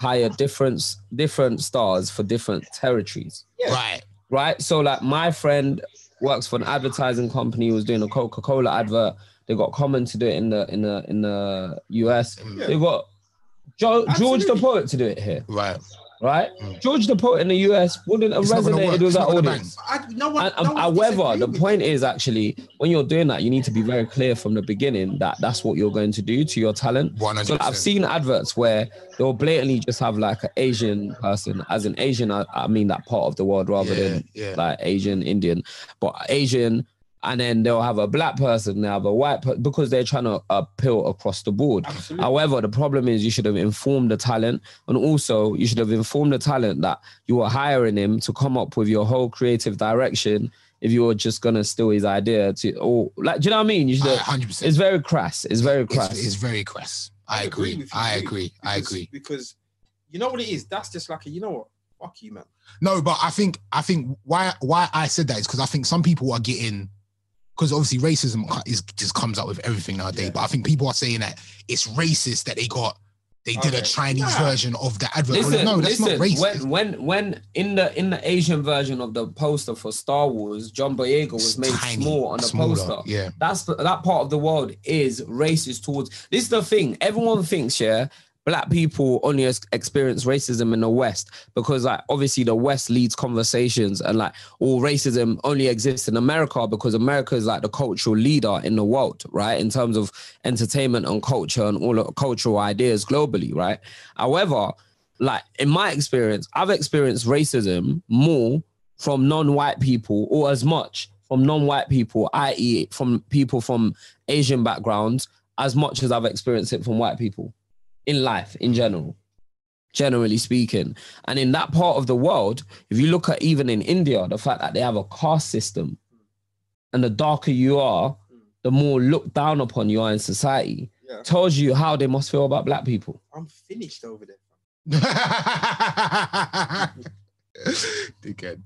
hire different different stars for different territories,
yeah.
right.
right? So like my friend works for an advertising company who was doing a Coca Cola advert. They got Common to do it in the in the in the US.
Mm,
Yeah.
They got jo- George the
Absolutely.
Poet to do it here,
Right.
right?
Mm.
George the Poet in the US wouldn't have
It's not gonna
resonated
work.
with
It's
that
not gonna
audience.
I, no one,
And,
no
um,
one
however,
disagreed
the
with you.
point is actually when you're doing that, you need to be very clear from the beginning that that's what you're going to do to your talent.
One
So
hundred.
like, I've seen adverts where they'll blatantly just have like an Asian person. As an Asian, I, I mean that part of the world rather
Yeah,
than
yeah.
like Asian, Indian, but Asian. And then they'll have a black person, they'll have a white person because they're trying to appeal across the board.
Absolutely.
However, the problem is you should have informed the talent, and also you should have informed the talent that you were hiring him to come up with your whole creative direction. If you were just gonna steal his idea to, or like, do you know what I mean? You should. Have,
Hundred
it's
percent.
very crass. It's very crass.
It's very crass. I agree.
with you,
I
too,
agree. I
because-
agree.
Because you know what it is? That's just like, a, you know what? Fuck you, man.
No, but I think I think why why I said that is because I think some people are getting because obviously racism co- is just comes out with everything nowadays.
Yeah.
But I think people are saying that it's racist that they got they did a
Okay.
Chinese
Nah.
version of the advert.
listen,
no, that's
listen.
not racist.
When, when, when in the in the Asian version of the poster for Star Wars, John Boyega was
It's
made
tiny,
small on the
smaller,
poster.
Yeah, [LAUGHS]
That's the, that part of the world is racist towards. This is the thing. Everyone thinks, yeah, black people only ex- experience racism in the West because, like, obviously the West leads conversations, and like, all racism only exists in America because America is like the cultural leader in the world, right? In terms of entertainment and culture and all of cultural ideas globally, right? However, like in my experience, I've experienced racism more from non-white people or as much from non-white people, i.e., from people from Asian backgrounds, as much as I've experienced it from white people in life in general, generally speaking. And in that part of the world, if you look at even in India, the fact that they have a caste system, and the darker you are, the more looked down upon you are in society,
Yeah.
tells you how they must feel about black people.
I'm finished over there.
dickhead.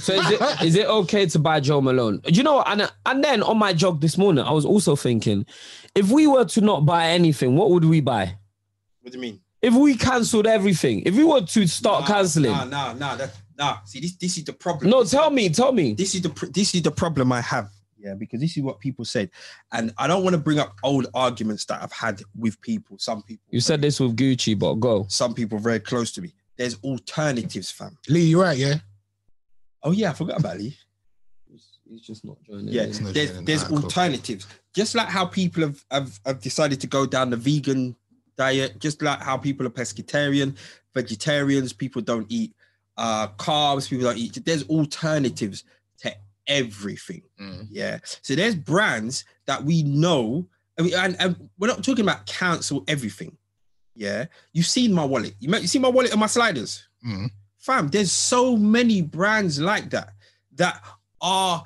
So is it, is it okay to buy Joe Malone? Do You know, and and then on my jog this morning, I was also thinking, if we were to not buy anything, what would we buy?
What do you mean?
If we cancelled everything, if we were to start
Nah,
cancelling,
Nah, nah, nah. That, nah. See, this, this is the problem.
no, tell me, tell me.
This is the pr- this is the problem I have. Yeah, because this is what people said, and I don't want to bring up old arguments that I've had with people. Some people
You said this with Gucci, but go.
some people very close to me. There's alternatives, fam.
Lee, you're right. Yeah,
Oh yeah, I forgot about Lee.
He's just not joining.
Yeah,
There's no
there's
joining.
there's
Alright, cool.
alternatives. Just like how people have, have have decided to go down the vegan diet, just like how people are pescatarian, vegetarians, people don't eat uh carbs, people don't eat. There's alternatives to everything.
Mm.
Yeah. So there's brands that we know, I mean, and, and we're not talking about cancel everything. Yeah. You've seen my wallet. You, might- you see my wallet and my sliders
Mm.
fam, there's so many brands like that that are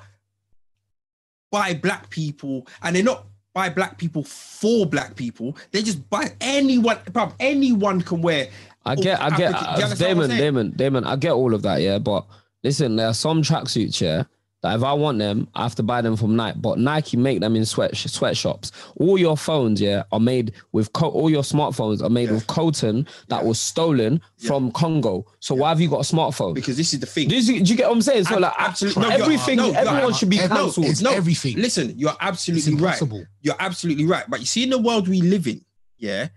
by black people and they're not by black people for black people. They just by anyone, fam, anyone can wear.
I get, I get, uh,
Do you understand what I'm
Damon,
saying?
Damon, Damon, I get all of that, yeah. But listen, there are some tracksuits, yeah, that if I want them, I have to buy them from Nike. But Nike make them in sweat sweatshops. All your phones, yeah, are made with co- all your smartphones are made
Yeah.
with cotton that
Yeah.
was stolen
Yeah.
from Congo. So why have you got a smartphone?
Because this is the thing.
Do you, do you get what I'm saying? So
Ab-
like,
absolutely. No, you're-
everything,
no, no,
everyone
no,
should be
no,
cancelled.
it's
No,
everything.
Listen, you're
it's
absolutely right.
impossible.
You're absolutely right. But you see, in the world we live in, yeah,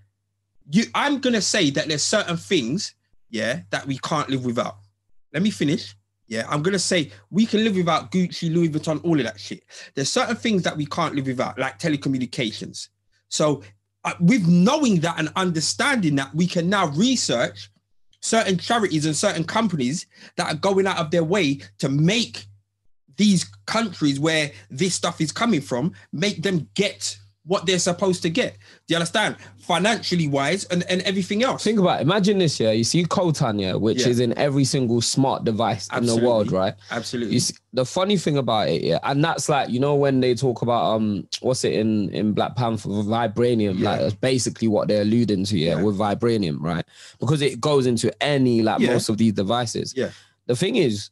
you I'm gonna say that there's certain things, yeah, that we can't live without. Let me finish. Yeah, I'm gonna say we can live without Gucci, Louis Vuitton, all of that shit. There's certain things that we can't live without, like telecommunications. So, uh, with knowing that and understanding that, we can now research certain charities and certain companies that are going out of their way to make these countries where this stuff is coming from, make them get what they're supposed to get. Do you understand? Financially wise and, and everything else.
Think about it. Imagine this, yeah. You see Coltan, yeah, which
Yeah.
is in every single smart device in the
Absolutely.
world, right?
Absolutely.
You see, the funny thing about it, yeah, and that's like you know when they talk about um, what's it in in Black Panther, vibranium,
Yeah.
like that's basically what they're alluding to, yeah,
Yeah.
with vibranium, right? Because it goes into any like
Yeah.
most of these devices.
Yeah.
The thing is,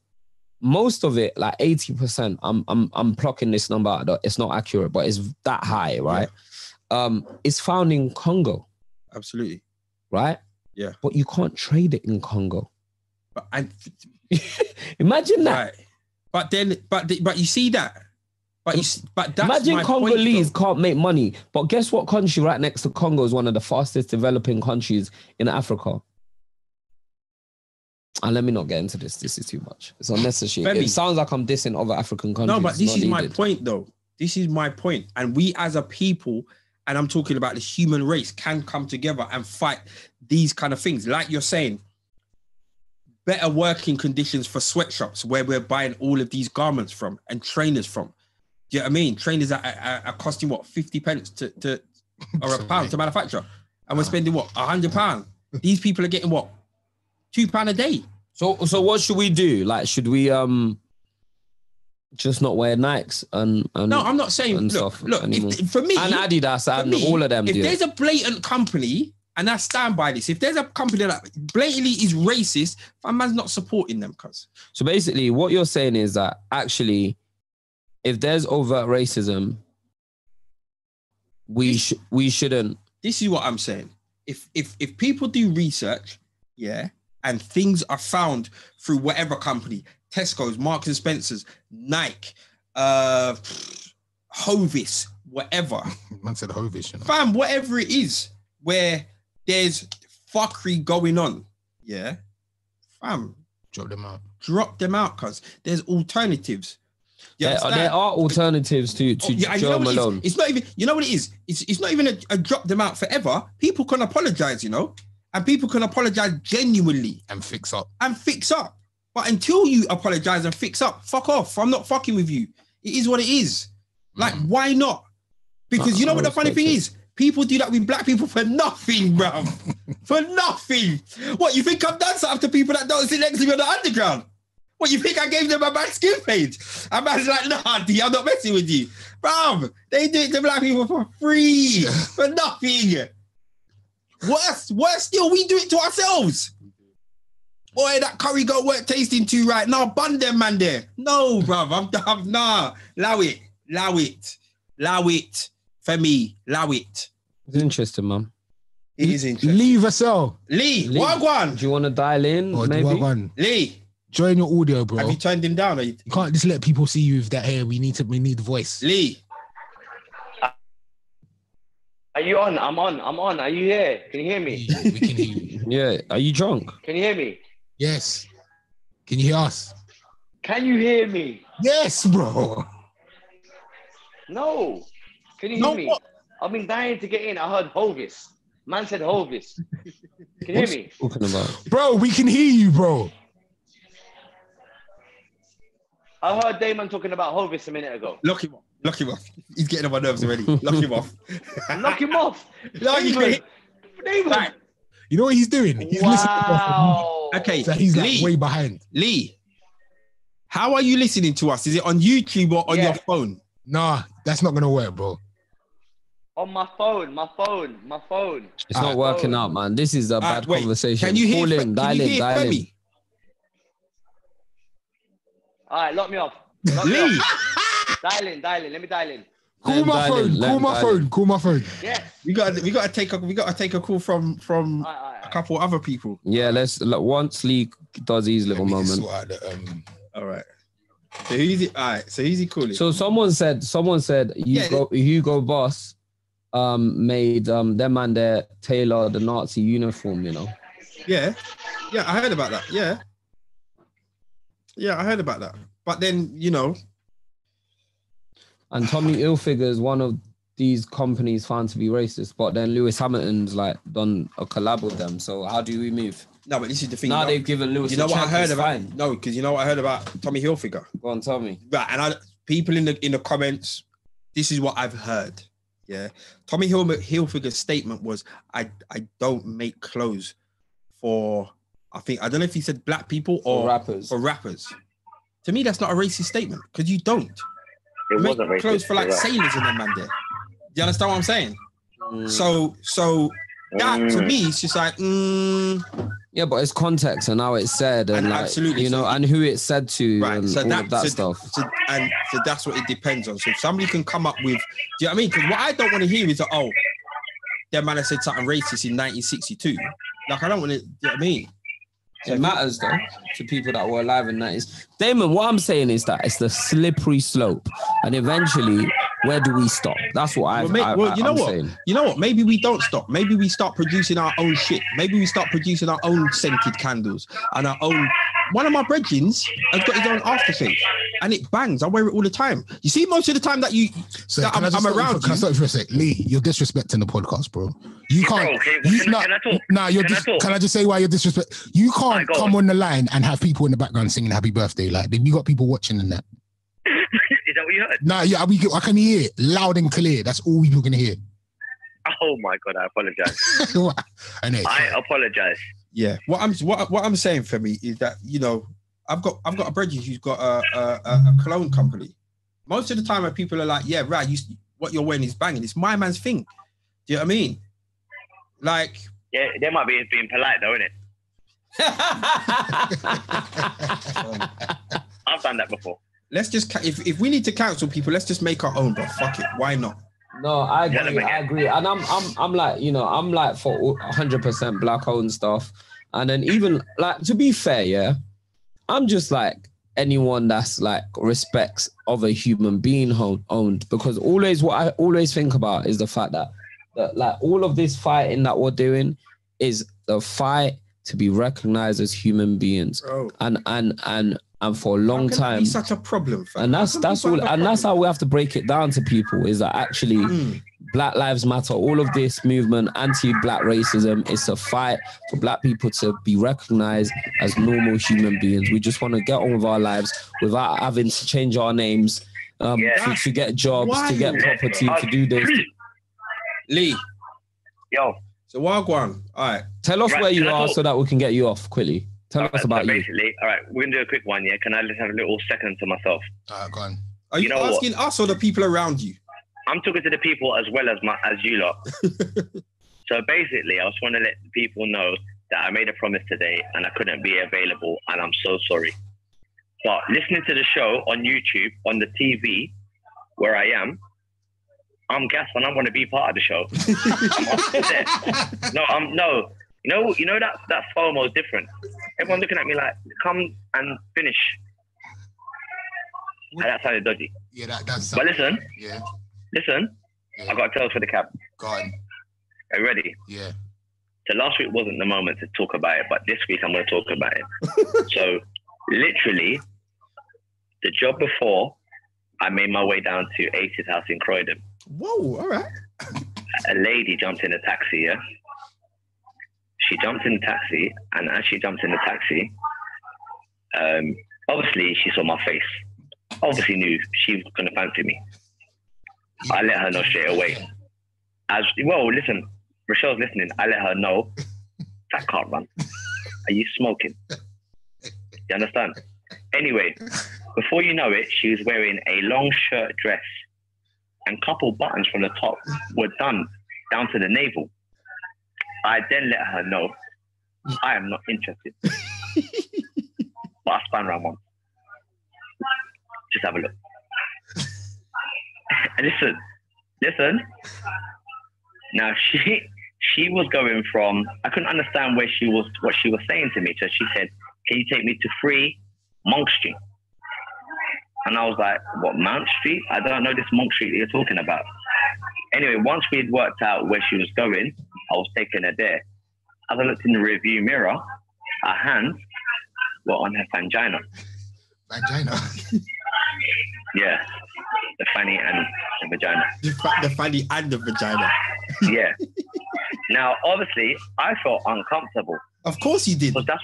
most of it, like 80%, I'm I'm I'm plucking this number out. though. It's not accurate, but it's that high, right? Um, it's found in Congo,
Absolutely.
right?
Yeah.
But you can't trade it in Congo.
But and
Imagine that.
right. But then, but the, but you see that. But you s- but that's
Imagine
my point,
Congolese
though.
can't make money. But guess what country right next to Congo is one of the fastest developing countries in Africa? And let me not get into this. This is too much. It's unnecessary.
Femi.
It sounds like I'm dissing other African countries.
No, but
It's
this
not
is my
needed.
point, though. This is my point, and we as a people, and I'm talking about the human race, can come together and fight these kind of things, like you're saying. Better working conditions for sweatshops where we're buying all of these garments from and trainers from. Do you know what I mean? Trainers are, are, are costing what fifty pence to, to or a pound to manufacture, and
Ah.
we're spending what hundred pound. These people are getting what two pound a day.
So, so what should we do? Like, should we um just not wear Nikes and and
No, I'm not saying.
and
Look,
stuff
look.
Mm. anymore.
If, for me,
and Adidas
For
and
me,
all of them?
If
do it.
there's a blatant company, and I stand by this, if there's a company that blatantly is racist, my man's not supporting them, cuz.
So basically, what you're saying is that actually, if there's overt racism, we sh- we shouldn't.
This is what I'm saying. If if if people do research, yeah, and things are found through whatever company, Tesco's, Marks and Spencers, Nike, uh Hovis, whatever.
Man said Hovish, you know.
fam, whatever it is, where there's fuckery going on, yeah, fam,
Drop them out.
drop them out because there's alternatives. You
There,
understand?
there are alternatives to to
Oh, yeah, and you
Joe
know what it is?
Malone.
It's not even. You know what it is? It's it's not even a, a drop them out forever. People can apologize, you know, and people can apologize genuinely
And fix up.
and fix up. But until you apologize and fix up, fuck off. I'm not fucking with you. It is what it is. Like, why not? Because you know
I
what the funny
respect
thing
it.
is? People do that with black people for nothing, bro. for nothing. What you think I've done something to people that don't sit next to me on the underground? What you think I gave them a bad skin page? And man's like, nah, D, I'm not messing with you. Bro, they do it to black people for free, for nothing. Worse, worse still, we do it to ourselves. Boy, that curry goat weren't tasting too right. Now bun them man there. No, bruv, I'm [LAUGHS] done. Nah, allow it, allow it, allow it. For me, allow it.
It's interesting, man.
It is interesting.
Leave us all.
Lee,
Lee.
Wagwan,
Do you want to dial in?
Or
Mm, maybe.
Oh, do I run?
Lee,
Join your audio, bro.
have you
You
turned him down? Are you-
can't just let people see you with that hair. We need to. We need voice.
Lee,
Are you on? I'm on. I'm on. Are you here? Can you hear me?
Yeah, we can hear you. [LAUGHS]
yeah. Are you drunk?
Can you hear me?
Yes. Can you hear us?
Can you hear me?
Yes, bro.
No. Can you hear
No,
me?
what?
I've been dying to get in. I heard Hovis. Man said Hovis. Can you hear me?
Talking about.
Bro, we can hear you, bro.
I heard Damon talking about Hovis a minute
[LAUGHS]
ago.
lock him off. Lock him off. He's getting on my nerves already. Lock him off.
Knock him off.
No, you
Damon.
can-
Damon.
Right.
You know what he's doing? He's listening to us on mute.
Wow.
Okay,
So he's like
Lee,
way behind.
Lee, how are you listening to us? Is it on YouTube or on
Yeah.
your phone?
Nah, that's not gonna work, bro.
On my phone. My phone. My phone.
It's
Ah.
not working out, man. This is a bad
Alright, oh. Ah, wait,
conversation.
Can you hear?
Call
Fe-
in,
can
dial
you
in,
hear
dial in.
Femi?
All right. Lock me off. Lock me
Lee,
off. Dial in. Dial in. Let me dial in.
Call
Let
my
him dial in,
phone.
let
Call
him
my
dial in.
phone. Call my phone.
Yes.
we got we got to take a we got to take a call from from
All right. All right.
a couple other people.
Yeah, let's. Look, once Lee does his little
Let me just
moment,
sort out the, um,
All right. So who's it? All right. So who's he calling?
So someone said, someone said Hugo Hugo Boss um made um them and their tailor the Nazi uniform, you know.
yeah, yeah. I heard about that. Yeah, yeah. I heard about that. But then you know,
And Tommy Hilfiger is one of these companies found to be racist, but then Lewis Hamilton's like done a collab with them. So how do we move?
no. But this is the thing.
Now
you know,
they've given Lewis.
you know
a
what I
chance,
heard
it's
about?
fine.
No, because you know what I heard about Tommy Hilfiger.
Go on, tell me.
Right, and I people in the in the comments, this is what I've heard. Yeah, Tommy Hil- Hilfiger's statement was, "I I don't make clothes for I think I don't know if he said black people
Or
or
rappers.
for rappers." To me, that's not a racist statement because you don't
It
make
wasn't racist.
clothes for like
You're right.
sailors in them man there. You understand what I'm saying?
Mm.
So so That to me, it's just like, mm,
Yeah, but it's context and how it's said and,
And
like,
absolutely,
you know,
so-
and who it's said to
right.
and
So
all
that,
of that
so-
stuff.
so- and so that's what it depends on. So if somebody can come up with, do you know what I mean? Because what I don't want to hear is that oh, that man has said something racist in 1962. Like I don't want to. Do you know what I mean?
It matters though to people that were alive in the 90s. Damon, what I'm saying is that it's the slippery slope. And eventually, where do we stop? That's what I've,
Well, mate,
I,
well, you know
am
what?
saying.
You know what? Maybe we don't stop. Maybe we start producing our own shit. Maybe we start producing our own scented candles and our own. One of my brethrens has got his own aftershave, and it bangs. I wear it all the time. You see, most of the time that you
So
that
can
I'm,
i
I'm
just stop you
around
for, can I
you.
stop you for a sec? Lee, you're disrespecting the podcast, bro. You
Bro,
can't.
can-
you,
can-
nah,
can I talk?
nah, you're
Can I
just,
talk?
can I just say why you're disrespect? You can't
go
come on the line and have people in the background singing "Happy Birthday." Like we got people watching and that.
Is that what you heard?
Nah, yeah, we I can hear it loud and clear. That's all people can hear. [LAUGHS]
Oh my god, I apologize.
[LAUGHS]
I know.
I apologize.
Yeah. What I'm what, what I'm saying for me is that you know I've got I've got a brethren who's got a a, a a cologne company. Most of the time, when people are like, "Yeah, right, you what you're wearing is banging," it's my man's thing. Do you know what I mean? Like,
Yeah, they might be being polite though,
[LAUGHS]
innit? I've done that before.
let's just ca- if, if we need to cancel people, let's just make our own. But fuck it, why not?
No, I
Yeah,
agree.
like-
I agree. And I'm I'm I'm like, you know, I'm like for all- 100% black owned stuff. And then even like to be fair, yeah. I'm just like anyone that's like respects other human being ho- owned because always what I always think about is the fact that, that like all of this fighting that we're doing is the fight to be recognized as human beings.
Bro,
And and and and for a
how
long
can that
time
be such a problem. fam?
and that's
How can
that's
people
all
have a
and that's how
problem?
we have to break it down to people is that actually
Mm,
Black Lives Matter, all of this movement, anti-black racism, it's a fight for black people to be recognized as normal human beings. We just want to get on with our lives without having to change our names, um,
Yeah.
to, to get jobs, to get
Wild.
property, to do this.
Lee,
[CLEARS THROAT] Yo,
so Wagwan, all right.
Tell us
Right,
where you
can I
are
talk?
so that we can get you off quickly. Tell
alright,
us about
so
you.
basically, all right, we're gonna do a quick one, yeah. Can I just have a little second to myself?
Uh, go on.
Are you,
You know what?
asking us or the people around you?
I'm talking to the people as well as my as you lot. so basically, I just want to let the people know that I made a promise today and I couldn't be available, and I'm so sorry. But listening to the show on YouTube on the TV where I am, I'm gassed and I want to be part of the show. I'm upset. No, I'm no. You know, you know that that FOMO is different. Everyone looking at me like, come and finish. And that sounded dodgy.
Yeah, that, that's.
But listen,
Yeah,
listen, I got tales for the cab.
go on.
Are you ready?
Yeah.
So last week wasn't the moment to talk about it, but this week I'm going to talk about it. so literally, the job before, I made my way down to Ace's house in Croydon.
Whoa, all right.
A lady jumped in a taxi. Yeah? She jumped in the taxi, and as she jumped in the taxi, um, obviously she saw my face. Obviously knew she was going to fancy me. I let her know straight away. as well, listen, Rochelle's listening. I let her know that can't run. Are you smoking? You understand? Anyway, before you know it, she was wearing a long shirt dress and couple buttons from the top were done down to the navel. I then let her know I am not interested. but I spun around once. Just have a look. and Uh, listen, listen. Now she she was going from I couldn't understand where she was what she was saying to me. So she said, "Can you take me to Free Monk Street?" And I was like, "What Mount Street? I don't know this Monk Street that you're talking about." Anyway, once we had worked out where she was going, I was taking her there. As I looked in the rearview mirror, her hands were on her vagina.
Vagina. [LAUGHS]
Yeah, the fanny and the vagina.
[LAUGHS] The, fa- the fanny and the vagina.
Yeah. now, obviously, I felt uncomfortable.
Of course you did.
Because that's,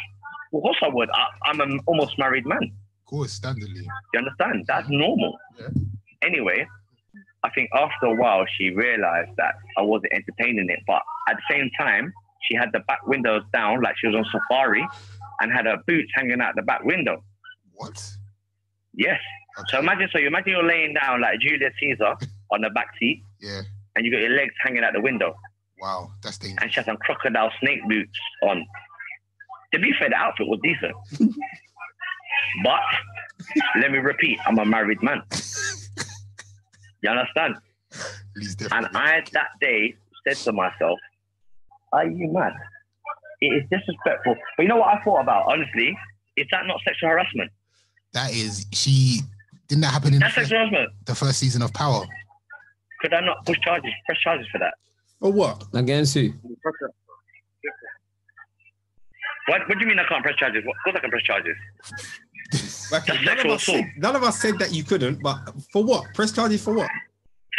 well, of course I would. I, I'm an almost married man. Do
Cool, standardly.
you understand? That's normal.
Yeah.
Anyway, I think after a while, she realized that I wasn't entertaining it. But at the same time, she had the back windows down like she was on safari and had her boots hanging out the back window.
What?
Yes. So imagine, so you imagine you're laying down like Julius Caesar on the back seat
Yeah.
and you got your legs hanging out the window.
Wow, that's dangerous.
and she had some crocodile snake boots on. To be fair, the outfit was decent. but let me repeat, I'm a married man. You understand?
Lee's
And
definitely.
I that day said to myself, Are you mad? It is disrespectful. But you know what I thought about, honestly? Is that not sexual harassment?
that is she. Didn't that happen in the
That's
first,
sexual harassment.
the first season of Power?
Could I not push charges, press charges for that?
Or what?
Against who?
What, what do you mean I can't press charges? What, of course I can press charges.
Okay, none, of us
Sexual
said, none of us said that you couldn't, but for what? Press charges for what?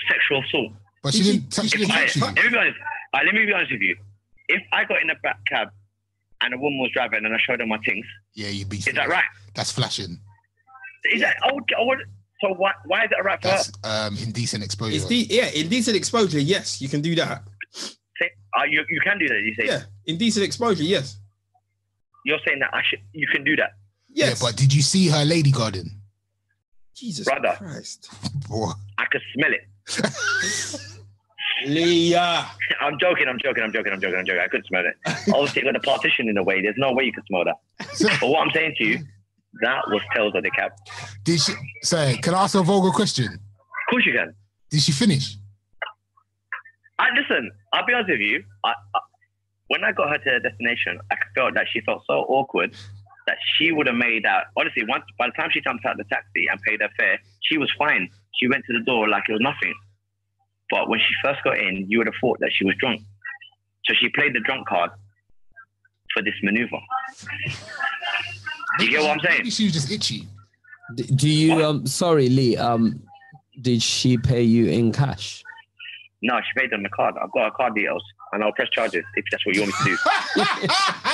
Sexual assault.
But she
Did
didn't. She,
If
didn't
I,
touch you.
let me be honest. All right, let me be honest with you. If I got in a back cab and a woman was driving and I showed her my things,
Yeah, you'd be.
is that right?
That's flashing.
Is that oh, I would, I would, so why why is that right for her?
That's um indecent exposure.
It's de- yeah, indecent exposure. Yes, you can do that.
Say, uh, you you can do that. You say
Yeah, indecent exposure. Yes,
you're saying that I should. You can do that.
yeah,
yes.
but did you see her lady garden?
Jesus
Brother.
Christ,
Boy,
I could smell it. [LAUGHS]
Leah.
I'm joking. I'm joking. I'm joking. I'm joking. I'm joking. I could smell it. Obviously, it got a partition in the way. There's no way you could smell that. But what I'm saying to you, that was tails of the cab. Of
did she? Sorry, can I ask a vulgar question?
course you can.
Did she finish?
I listen. I'll be honest with you. I, I, when I got her to her destination, I felt that she felt so awkward that she would have made out. Honestly, once by the time she jumped out the taxi and paid her fare, she was fine. She went to the door like it was nothing. But when she first got in, you would have thought that she was drunk. So she played the drunk card for this maneuver. You get what I'm
[LAUGHS]
saying?
Maybe she was just itchy.
D- do you um? Sorry, Lee. Um, did she pay you in cash?
No, she paid on the card. I've got her card details, and I'll press charges if that's what you want me to do.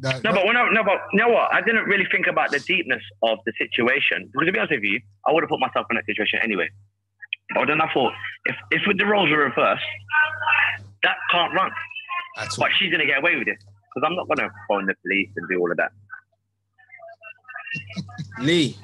no,
No, but when I, no, but you know what? I didn't really think about the deepness of the situation because to be honest with you, I would have put myself in that situation anyway. But then I thought, if if the roles were reversed, that can't run.
at all.
But she's gonna get away with it because I'm not gonna phone the police and do all of that.
Lee,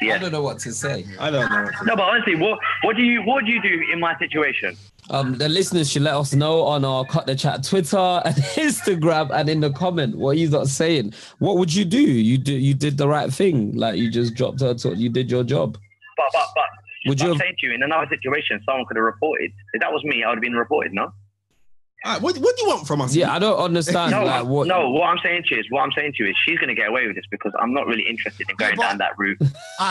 I
Yeah.
don't know what to say.
I don't know.
No, but honestly, what what do you what do you do in my situation?
Um, the listeners should let us know on our cut the chat Twitter [LAUGHS] and Instagram and in the comment what you not saying. What would you do? You do you did the right thing. Like you just dropped her. To, you did your job.
But but but.
Would you
I'm
have?
saying to you, in another situation, someone could have reported. If that was me, I would have been reported. No,
All right, Ah, what, what do you want from us?
Yeah, I don't understand.
no,
like, what,
no. What I'm saying to you is, what I'm saying to you is, she's going to get away with this because I'm not really interested in going
but-
down that route.
All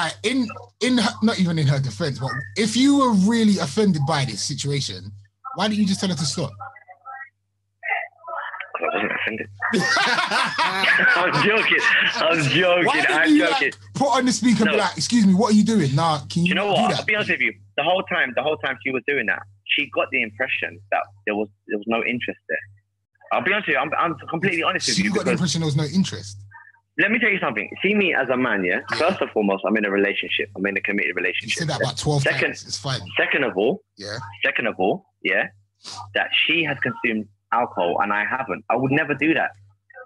right, in in her, not even in her defense, but if you were really offended by this situation, why didn't you just tell her to stop? [LAUGHS]
[LAUGHS] I wasn't offended. I'm joking. I'm joking.
why didn't
I'm
you
joking.
like, put on the speaker and be
No.
like, "Excuse me, what are you doing? Nah, can you,
you know
do
what?
that?"
I'll be honest with you. The whole time, the whole time she was doing that, she got the impression that there was there was no interest there. I'll be honest with you. I'm, I'm completely honest with
She
you
got the
because
impression there was no interest.
let me tell you something. See me as a man, yeah. First and foremost, I'm in a relationship. I'm in a committed
You
relationship.
said that about twelve
Second-
times. It's fine.
Second of all,
Yeah.
Second of all, yeah, that she has consumed alcohol and I haven't. I would never do that.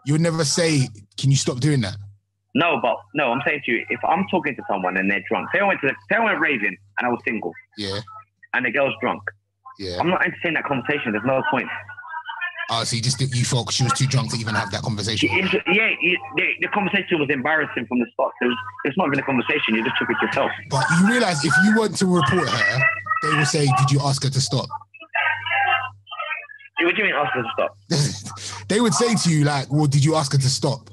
You would never say, "Can you stop doing that?"
No, but no, I'm saying to you, if I'm talking to someone and they're drunk, say I went to the, say I went raving and I was single
Yeah.
and the girl's drunk.
Yeah.
I'm not entertaining that conversation. There's no point.
Oh, so you just did, you thought she was too drunk to even have that conversation.
It was- yeah, it, the, the conversation was embarrassing from the start. It was, it's not even a conversation. You just took it yourself.
But you realize if you want to report her, they will say, "Did you ask her to stop?" [LAUGHS]
What do you mean ask her to stop?
they would say to you, "Like, well, did you ask her to stop?"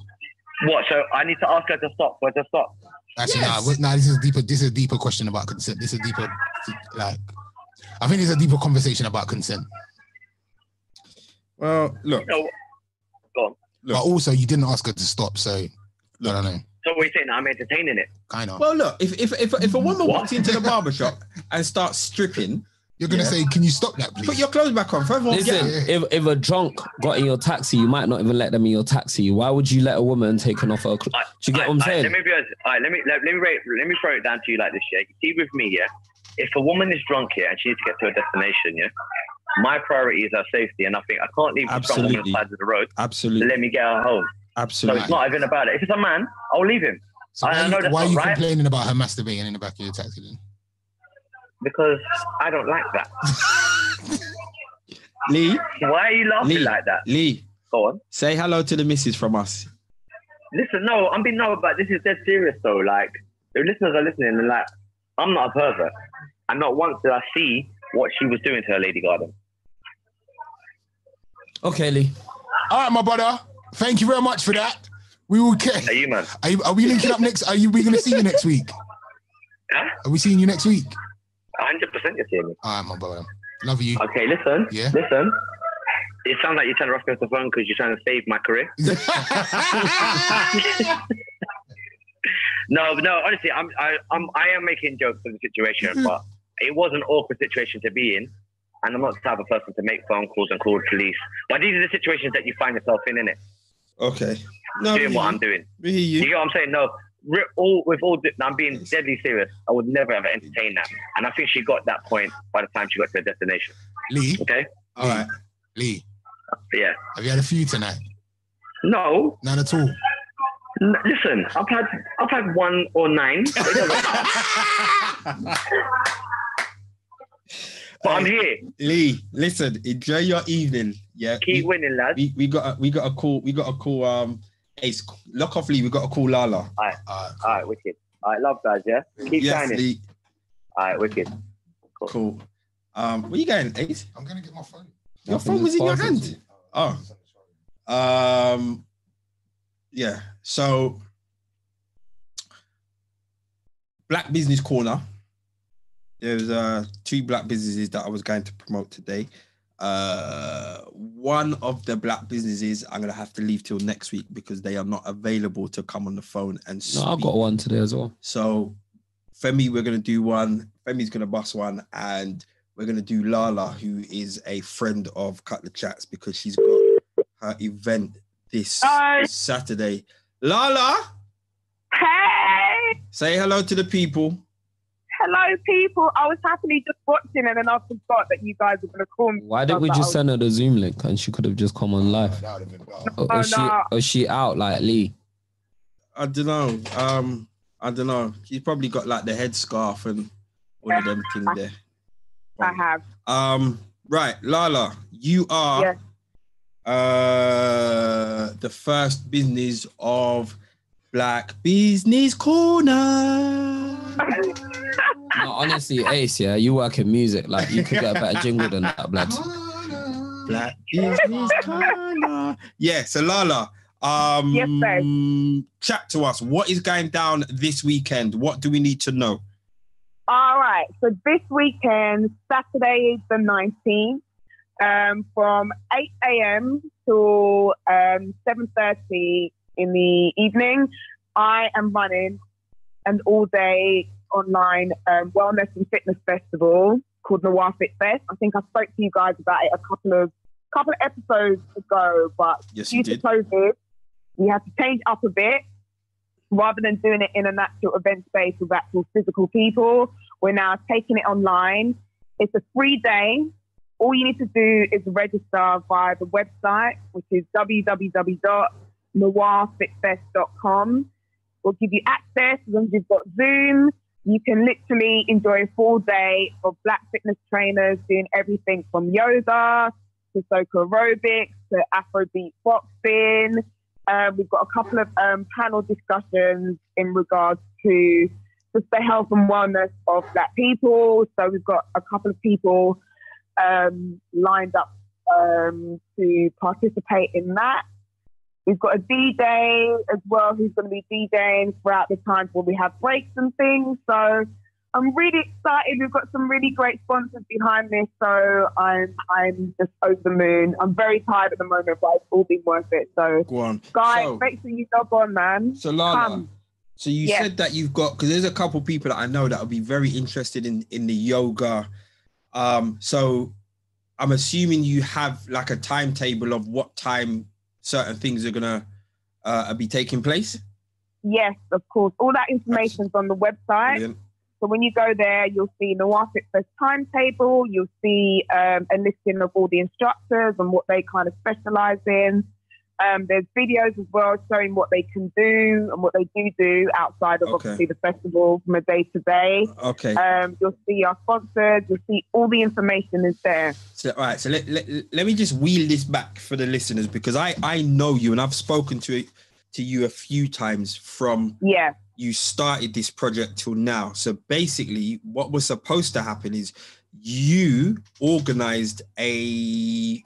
What? So I need to ask her to stop for her to stop.
Actually,
Yes.
nah, wait, nah, this is deeper. This is a deeper question about consent. This is a deeper, like, I think it's a deeper conversation about consent.
Well, look,
No. Go on.
Look.
But also, you didn't ask her to stop, so I don't know.
So we're saying I'm entertaining it.
Kind of.
well, look. If if if, if a woman
What?
walks into the barber shop and starts stripping,
You're gonna
yeah.
say, "Can you stop that, please?"
put your clothes back on. First of all,
Listen,
get,
if, if a drunk got in your taxi, you might not even let them in your taxi. Why would you let a woman take an offer? Do you get what I'm
Alright, alright,
saying?
let me be honest. All right, let me let, let me rate, let me throw it down to you like this. Yeah, you see, with me, yeah, if a woman is drunk here and she needs to get to her destination, yeah, my priority is her safety, and I think I can't leave a drunk woman on
Absolutely.
the side of the road. So
absolutely,
let me get her home. So
absolutely.
it's not even about it. If it's a man, I'll leave him
so
I- I
why,
know
you-
that's
why are
not
you
right.
complaining about her masturbating in the back of your taxi? Then?
because I don't like that.
Lee,
Why are you laughing
Lee,
like that?
Lee,
Go on.
say hello to the missus from us.
Listen, no, I'm being no, but this is dead serious though. Like the listeners are listening, and like I'm not a pervert, and not once did I see what she was doing to her lady garden.
Okay, Lee.
All right, my brother. Thank you very much for that. We will
Are
get.
you man?
Are, you, are we linking up next? Are you? We gonna see you next week?
Huh?
Are we seeing you next week?
100 percent you're seeing me.
All right, my brother. Love you. [LAUGHS]
Okay, listen,
Yeah.
listen. It sounds like you're trying to rush me off the phone because you're trying to save my career. No, no, honestly, I'm I, I'm I am making jokes of the situation,
Mm-hmm.
but it was an awkward situation to be in. And I'm not the type of person to make phone calls and call the police. But these are the situations that you find yourself in, innit?
Okay. No,
Doing
we
what
hear
I'm
you.
doing.
We hear
You
Oh, you.
get what I'm saying? No, re- all, with all, di- I'm being deadly serious. I would never have entertained that. And I think she got that point by the time she got to her destination.
Lee,
Okay?
All right.
Lee,
But yeah.
have you had a few tonight?
No,
None at all.
n- listen, I've had, I've had one or nine, but I'm here.
Lee, listen, enjoy your evening. Yeah.
Keep
we, [LAUGHS]
winning, lads.
we, we got a, we got a call. We got a call. Um, Ace, lock off Lee. We got a call Lala.
All right.
All right, wicked. All right, love, guys, yeah? Keep
yes,
shining.
Lee.
All right, wicked.
Cool. Um, where you going, Ace?
I'm gonna get my phone.
Your phone was in your hand. Oh. Um, yeah. So, Black Business Corner. There's uh, two black businesses that I was going to promote today. Uh, one of the black businesses I'm gonna have to leave till next week because they are not available to come on the phone and
No,
speak.
I got one today as well.
So Femi, we're gonna do one. Femi's gonna bust one, and we're gonna do Lala, who is a friend of Cut the Chats because she's got her event this
Hi.
Saturday. Lala,
Hey!
say hello to the people.
Hello, people. I was happily just watching and then I forgot that you guys were going to call me.
Why didn't we just
oh,
send her the Zoom link and she could have just come on live?
That would have been dark.
Or,
Oh,
or she,
no.
or she out like Lee?
I don't know. Um, I don't know. She's probably got like the headscarf and all of them things there.
I have.
Um, right, Lala, you are
Yes.
uh the first business of Black Business Corner.
No, honestly, Ace, yeah, you work in music. Like, you could get a better jingle than that, [LAUGHS] blood.
Black Business Corner. Yeah, so Lala, um
Yes,
chat to us. What is going down this weekend? What do we need to know?
All right. So this weekend, Saturday the 19th, um, from 8 a.m. to um, 7.30 in the evening, I am running an all-day online um, wellness and fitness festival called Noir Fit Fest. I think I spoke to you guys about it a couple of couple of episodes ago, but
Yes, you
due to
did.
COVID, we had to change up a bit. Rather than doing it in an actual event space with actual physical people, we're now taking it online. It's a free day. All you need to do is register via the website, which is www.noirfitfest.com. We'll give you access as long as you've got Zoom. You can literally enjoy a full day of black fitness trainers doing everything from yoga to soca aerobics to Afrobeat boxing. Um, we've got a couple of um, panel discussions in regards to just the health and wellness of black people. So we've got a couple of people um, lined up um, to participate in that. We've got a DJ as well who's going to be DJing throughout the times when we have breaks and things. So I'm really excited. We've got some really great sponsors behind this, so I'm I'm just over the moon. I'm very tired at the moment, but it's all been worth it. So
Go on.
guys,
So-
make sure you log on, man. Um,
So Lala,
Come.
so you
Yes.
said that you've got because there's a couple people that I know that will be very interested in in the yoga. Um, so I'm assuming you have like a timetable of what time certain things are gonna uh, be taking place.
Yes, of course. All that information's on the website.
Brilliant.
So when you go there, you'll see Noir Fit Fest timetable. You'll see um, a listing of all the instructors and what they kind of specialize in. Um, there's videos as well showing what they can do and what they do do outside of
Okay.
obviously the festival from a day to day.
Okay.
Um, you'll see our sponsors. You'll see all the information is there.
So, all right. So let, let, let me just wheel this back for the listeners because I, I know you and I've spoken to to you a few times from
Yeah.
you started this project till now. So basically, what was supposed to happen is you organized a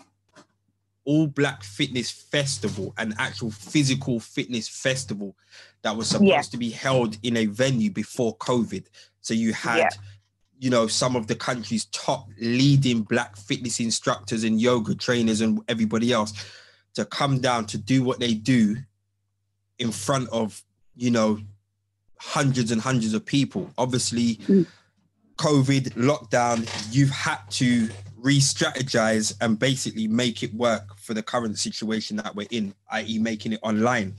all black fitness festival, an actual physical fitness festival that was supposed
Yeah.
to be held in a venue before COVID. So you had,
Yeah.
you know, some of the country's top leading black fitness instructors and yoga trainers and everybody else to come down to do what they do in front of, you know, hundreds and hundreds of people. Obviously,
Mm.
COVID lockdown, you've had to re-strategize and basically make it work for the current situation that we're in, i.e., making it online.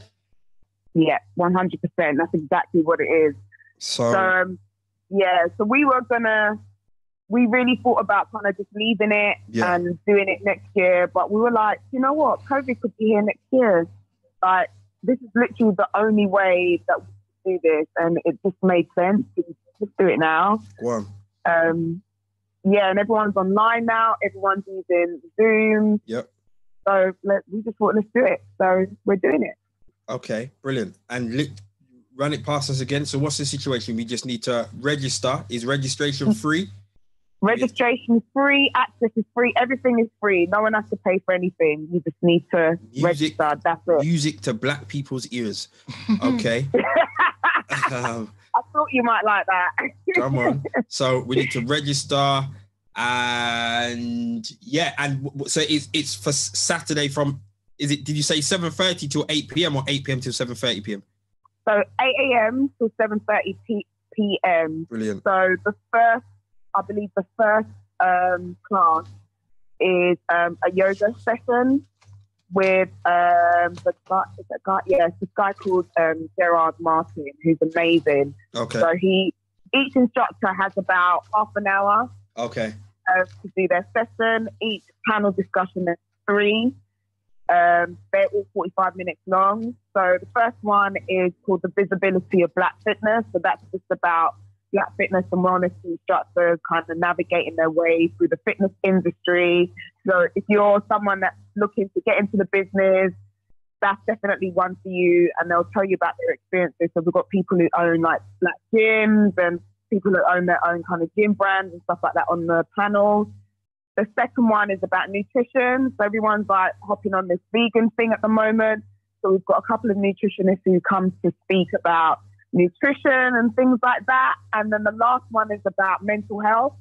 Yeah, one hundred percent. That's exactly what it is.
So,
So um, yeah, so we were gonna, we really thought about kind of just leaving it
Yeah.
and doing it next year, but we were like, you know what, COVID could be here next year. Like this is literally the only way that we could do this, and it just made sense. to Just do it now.
go on.
Um, yeah, and everyone's online now. Everyone's using Zoom.
Yep.
So let, we just thought, let's do it. So we're doing it.
Okay, brilliant. And li- run it past us again. So, what's the situation? We just need to register. Is registration free?
Registration is free, access is free, everything is free. No one has to pay for anything. You just need to
Music.
register. That's it.
Music to black people's ears. Okay. um,
I thought you might like that. [LAUGHS]
come on. So we need to register, and yeah, and w- w- so it's it's for s- Saturday from. Is it? Did you say seven thirty till eight p.m. or eight p.m. till seven thirty p.m.?
so 8 a.m. till 7:30 p- p.m.
Brilliant.
So the first, I believe, the first um, class is um, a yoga session with um, the guy. Is that guy? Yeah, it's this guy called um, Gerard Martin, who's amazing.
Okay.
So he, each instructor has about half an hour
Okay.
uh, to do their session. Each panel discussion is three. Um, they're all 45 minutes long. So the first one is called the visibility of Black fitness. So that's just about Black fitness and wellness instructors kind of navigating their way through the fitness industry. So if you're someone that's looking to get into the business, that's definitely one for you. And they'll tell you about their experiences. So we've got people who own like black gyms and people that own their own kind of gym brands and stuff like that on the panel. The second one is about nutrition. So everyone's like hopping on this vegan thing at the moment. So we've got a couple of nutritionists who come to speak about nutrition and things like that. And then the last one is about mental health.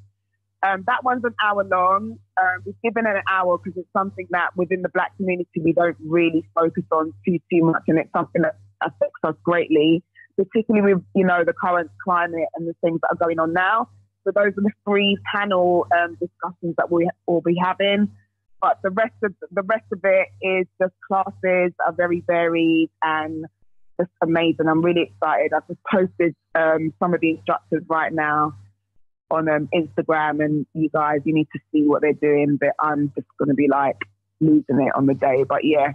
Um, that one's an hour long. Um, we've given it an hour because it's something that within the black community we don't really focus on too too much, and it's something that affects us greatly particularly with you know the current climate and the things that are going on now. So those are the three panel um, discussions that we will be having. But the rest of the rest of it is just classes are very varied and just amazing. I'm really excited. I've just posted um, some of the instructors right now on um, Instagram, and you guys, you need to see what they're doing. But I'm just going to be like losing it on the day. But yeah,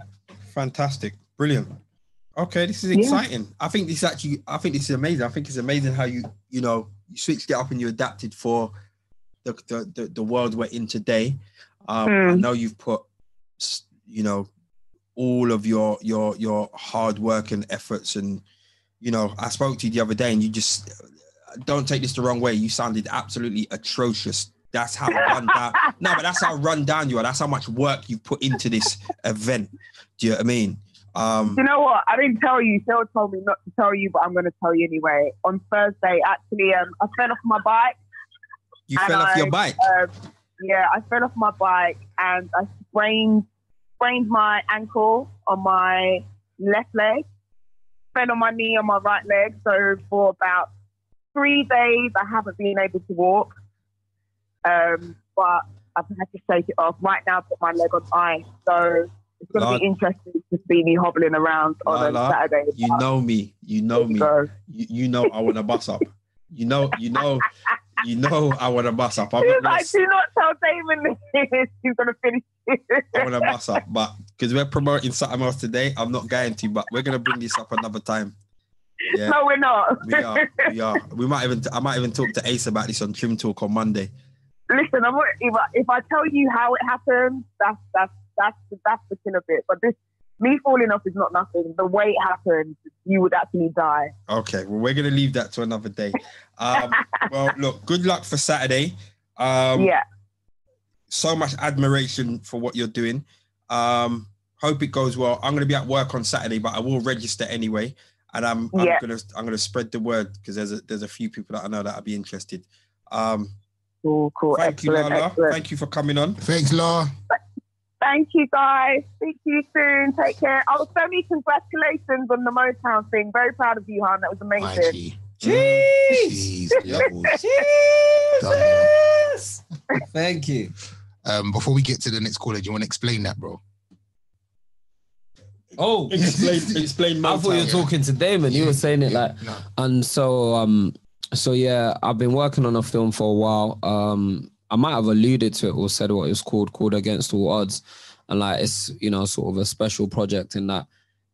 Fantastic. Brilliant. Okay, this is
Yeah.
exciting. I think this actually I think this is amazing. I think it's amazing how you you know you switched it up and you adapted for the the, the, the world we're in today. Um I
Mm.
know you've put s- you know all of your your your hard work and efforts and you know I spoke to you the other day and you just don't take this the wrong way. You sounded absolutely atrocious. That's how run down. No, but that's how run down you are. That's how much work you put into this event. Do you know what I mean? Um,
You know what? I didn't tell you. Cheryl told me not to tell you, but I'm going to tell you anyway. On Thursday, actually, um, I fell off my bike.
you
and
fell off
I-
your bike.
Um, yeah, I fell off my bike and I sprained sprained my ankle on my left leg, fell on my knee on my right leg. So for about three days, I haven't been able to walk. Um, but I've had to shake it off. Right now, I put my leg on ice. So it's going to
Lord.
be interesting to see me hobbling around on
Lord,
a
Lord,
Saturday.
You know me. You know me.
So-
You, you know I want to bus up. You know. You know. You know I want to bus up. I'm
He
not
was
gonna
like, do not tell Damon this. He's going to finish it.
I want to bust up, but because we're promoting something else today. I'm not going to, but we're gonna bring this up another time. Yeah,
No, we're not.
we are. We are. We might even. I might even talk to Ace about this on Trim Talk on Monday.
Listen, I'm, not- if, I, if I tell you how it happened, that's that's that's that's the kill of it. But this, me falling off is not nothing. The way it happened, you would actually die.
Okay, well, we're gonna leave that to another day.
[LAUGHS]
Um, well, look, good luck for Saturday. Um,
yeah,
so much admiration for what you're doing. Um, hope it goes well. I'm gonna be at work on Saturday, but I will register anyway. And I'm, I'm
Yeah.
gonna I'm gonna spread the word because there's a, there's a few people that I know that'll be interested. Um,
cool, cool,
thank
excellent,
you, Lala.
excellent.
Thank you for coming
[LAUGHS]
on.
Thanks, Law.
Thank you guys. Speak to you soon. Take care. Oh, so many congratulations on the Motown thing. Very proud of you, Han. That was amazing.
Mikey.
Jeez.
Jeez, levels. Done.
Jeez. Thank you.
Um, before we get to the next caller, do you want to explain that, bro?
[LAUGHS] Oh,
Explain explain
I thought you were
Motown.
talking to Damon. You were saying it like,
No.
and so um, so yeah, I've been working on a film for a while. Um, I might have alluded to it or said what it was called, called Against All Odds, and like it's you know sort of a special project in that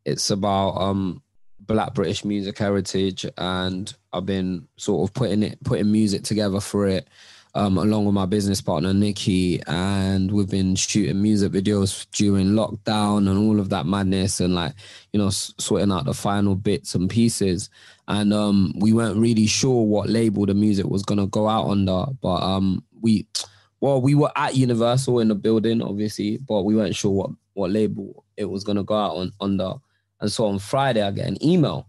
it's about um Black British music heritage, and I've been sort of putting it putting music together for it. Um, along with my business partner Nikki, and we've been shooting music videos during lockdown and all of that madness, and like you know, s- sorting out the final bits and pieces. And um, we weren't really sure what label the music was gonna go out under, but um, we, well, we were at Universal in the building, obviously, but we weren't sure what what label it was gonna go out on under. And so on Friday, I get an email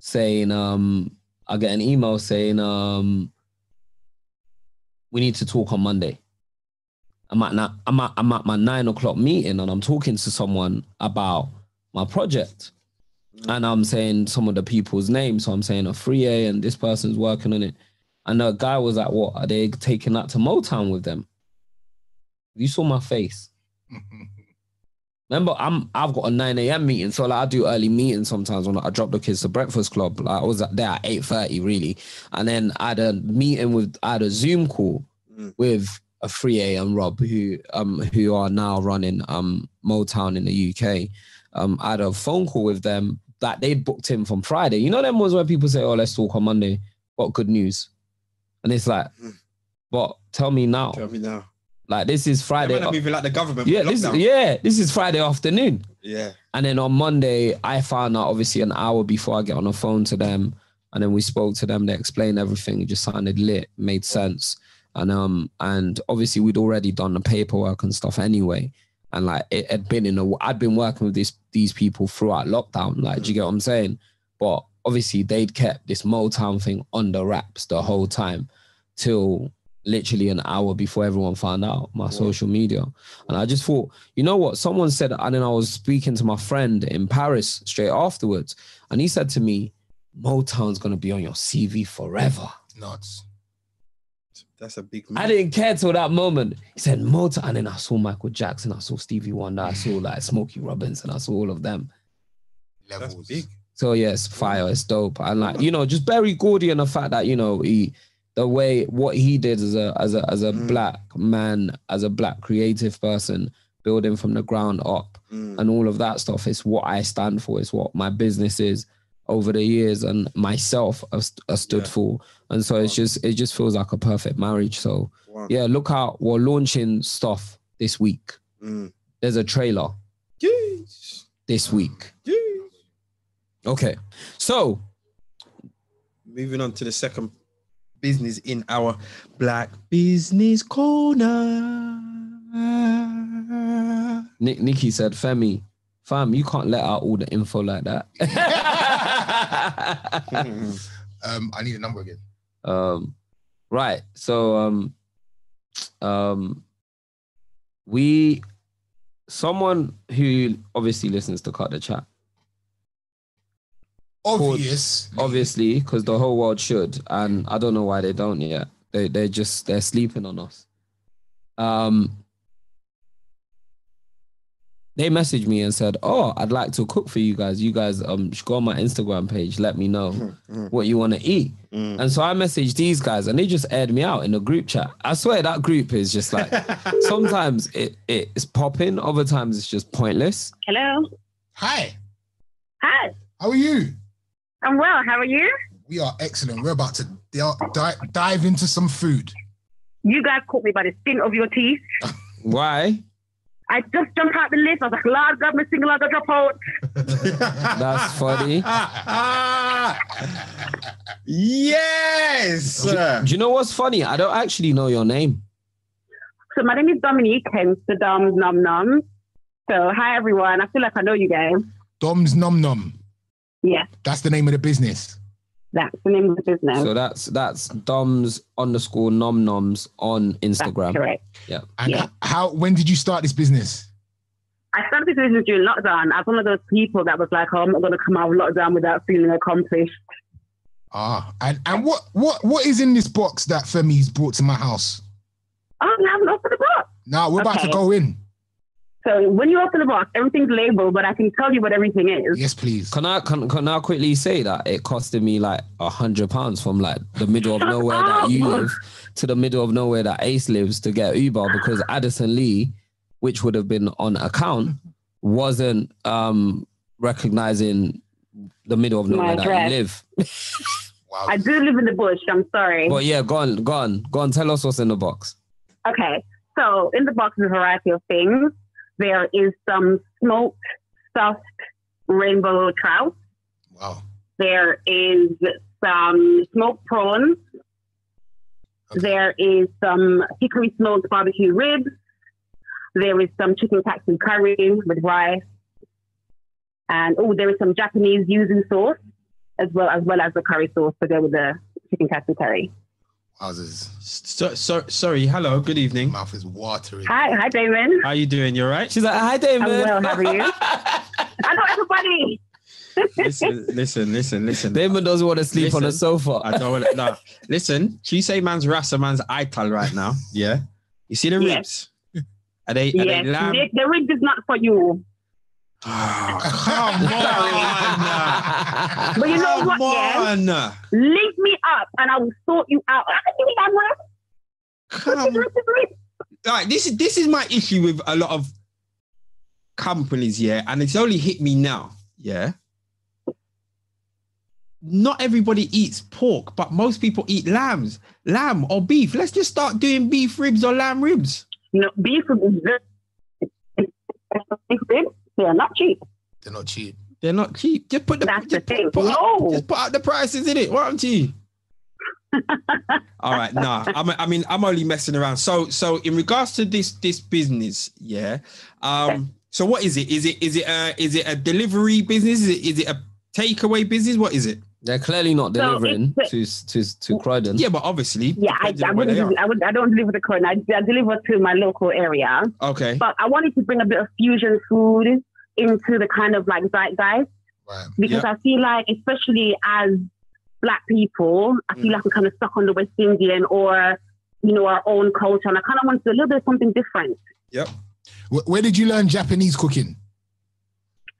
saying, um, I get an email saying, um, we need to talk on Monday. I'm at, na- I'm at I'm at my nine o'clock meeting, and I'm talking to someone about my project. And I'm saying some of the people's names. So I'm saying a free A and this person's working on it. And the guy was like, What? Are they taking that to Motown with them? You saw my face. Remember, I'm I've got a 9 a.m. meeting. So like I do early meetings sometimes when I drop the kids to breakfast club. Like I was there at 8:30 really. And then I had a meeting with I had a Zoom call
Mm.
with a free A and Rob who um who are now running um Motown in the UK um, I had a phone call with them that they'd booked him from Friday. You know them ones where people say, "Oh, let's talk on Monday." What good news? And it's like,
Mm.
but tell me now.
Tell me now.
Like this is
They
Friday.
might not be even like the government.
yeah,
Yeah,
this yeah, this is Friday afternoon.
yeah.
And then on Monday, I found out obviously an hour before I get on the phone to them, and then we spoke to them. They explained everything. It just sounded lit, made sense, and um, and obviously we'd already done the paperwork and stuff anyway, and like it had been in a. I'd been working with these these people throughout lockdown. Like, do you get what I'm saying? But obviously they'd kept this Motown thing under wraps the whole time, till literally an hour before everyone found out my social media, and I just thought you know what? Someone said, and then I was speaking to my friend in Paris straight afterwards, and he said to me, Motown's gonna be on your CV forever.
Nuts.
That's a big.
I didn't care till that moment. He said Motown, and then I saw Michael Jackson, I saw Stevie Wonder, I saw like Smokey Robinson, I saw all of them.
That's
Levels.
big.
So yes, fire is dope, and like you know, just Barry Gordy and the fact that you know he, the way what he did as a as a as a
Mm.
black man, as a black creative person, building from the ground up,
Mm.
and all of that stuff is what I stand for. It's what my business is over the years and myself have, st- have stood
Yeah.
for. And so it's
Wow.
just it just feels like a perfect marriage. So
Wow.
yeah, look out. We're launching stuff this week.
Mm.
There's a trailer
Jeez.
this week.
Jeez.
Okay. So
Moving on to the second business in our Black Business Corner.
Nick Nikki said, Femi, fam, you can't let out all the info like [LAUGHS] that.
Mm.
Um, I need a number again.
Um, right. So um, um, we someone who obviously listens to cut the chat,
Obvious.
obviously, because the whole world should, and I don't know why they don't yet. They they just they're sleeping on us. Um, they messaged me and said, "Oh, I'd like to cook for you guys. You guys, um, go on my Instagram page. Let me know what you want to eat." And so I messaged these guys, and they just aired me out in a group chat. I swear that group is just like sometimes it it's popping, other times it's just pointless.
Hello.
Hi,
Hi.
how are you?
I'm well. How are you?
We are excellent. We're about to di- di- dive into some
[LAUGHS]
food.
You guys caught me by the skin of your teeth.
Why?
I just jumped out the list. I was like, Lord God, my single Lord God, drop out.
That's funny.
yes.
Do you know what's funny? I don't actually know your name.
So my name is Dominique, hence the Dom Nom Nom. So hi everyone. I feel like I know you guys.
Dom's Nom Nom.
Yes,
That's the name of the business.
that's the name of the business.
So that's that's Dom's underscore nom noms on
that's
Instagram.
correct.
And
Yeah.
how? When did you start this business?
I started this business during lockdown. I was one of those people that was like, oh, I'm not going to come out of lockdown without feeling accomplished.
Ah, and and what what what is in this box that Femi's brought to my house?
Oh, I haven't opened the box.
Now we're about to
Okay.
go in.
So when you open the box, everything's labeled, but I can tell you what everything is.
Yes, please.
Can I can, can I quickly say that it costed me like a hundred pounds from like the middle of
Shut
nowhere that
[LAUGHS]
you
up.
live to the middle of nowhere that Ace lives to get Uber because Addison Lee, which would have been on account, wasn't um recognizing the middle of
My
nowhere that
address.
you live.
Wow.
I do live in the bush. I'm sorry.
But yeah, go on, go on, go on. Tell us what's in the box.
Okay, so in the box is a variety of things. There is some smoked, stuffed rainbow trout.
Wow.
There is some smoked prawns. There is some hickory smoked barbecue ribs. There is some chicken katsu curry with rice. And oh, there is some Japanese yuzu sauce as well as well as the curry sauce to go with the chicken katsu curry.
Wowzers.
So, so, sorry. Hello. Good evening.
Mouth is watering.
Hi, hi Damon.
How you doing? You all right?
She's like, hi, David.
I'm well, how are you? I know everybody.
listen, listen, listen, listen.
[LAUGHS] Damon doesn't want to sleep on the
Listen,
sofa.
I don't want to. No. Listen, she say man's ras and man's ital right now. Yeah. You see the
Yes.
ribs? Are they, are
Yes,
they lamb?
the, the rig is not for you.
Oh, come
[LAUGHS]
on.
But you know
Come
what? Yeah,
on.
link me up and I will sort you out. I can see that one.
Come
This is it.
like this is this is my issue with a lot of companies, yeah, and it's only hit me now, yeah. Not everybody eats pork, but most people eat lambs, lamb or beef. Let's just start doing beef ribs or lamb ribs.
No, beef is very expensive. They're not cheap.
They're not cheap.
They're not cheap. Just put the
That's the
just,
thing. Oh.
put, put up,
No.
just put up the prices in it. What aren't
[LAUGHS]
you? All right, nah. I'm, I mean, I'm only messing around. So, so in regards to this this business, yeah. Um. So, what is it? Is it is it a is it a delivery business? Is it is it a takeaway business? What is it?
[LAUGHS] They're clearly not
So it's
delivering
the-
to to to Croydon.
Yeah, but obviously,
Yeah, I,
depending
I
on where
wouldn't.
they
do- I would. I don't deliver the corn. I, I deliver to my local area.
are. Okay.
But I wanted to bring a bit of fusion food into the kind of like zeitgeist.
Right.
because I feel like, especially as black people, I
Mm.
feel like we're kind of stuck on the West Indian or, you know, our own culture. And I kind of want to do a little bit of something different.
Where, where did you learn Japanese cooking?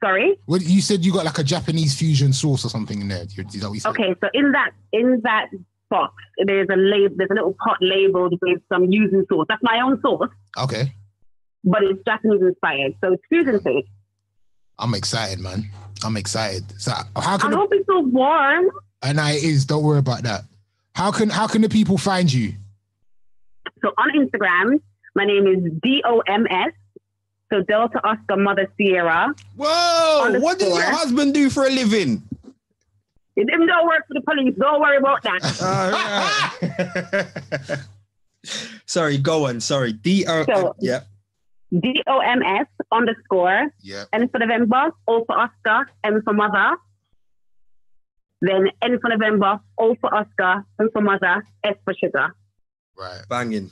Sorry.
What you said you got like a Japanese fusion sauce or something in there. Is that what you said?
Okay. So in that, in that box, there's a lab, there's a little pot labeled with some yuzu sauce. That's my own sauce,
Okay.
but it's Japanese inspired. So it's fusion food.
I'm excited, man. I'm excited. So uh, how
I
can the,
hope it's so warm.
and I it is, don't worry about that. How can how can the people find you?
So on Instagram, my name is D-O-M-S. So Delta Oscar Mother Sierra.
Whoa! What does your
Underscore.
husband do for a living?
It didn't go work for the police. Don't worry about that.
[LAUGHS] All right. [LAUGHS] sorry, go on. Sorry, D O. uh,
So-
yeah.
D O M S underscore
Yeah.
N for November, O for Oscar, M for Mother. Then N for November, O for Oscar, M for Mother, S for Sugar.
[LAUGHS] Right.
banging,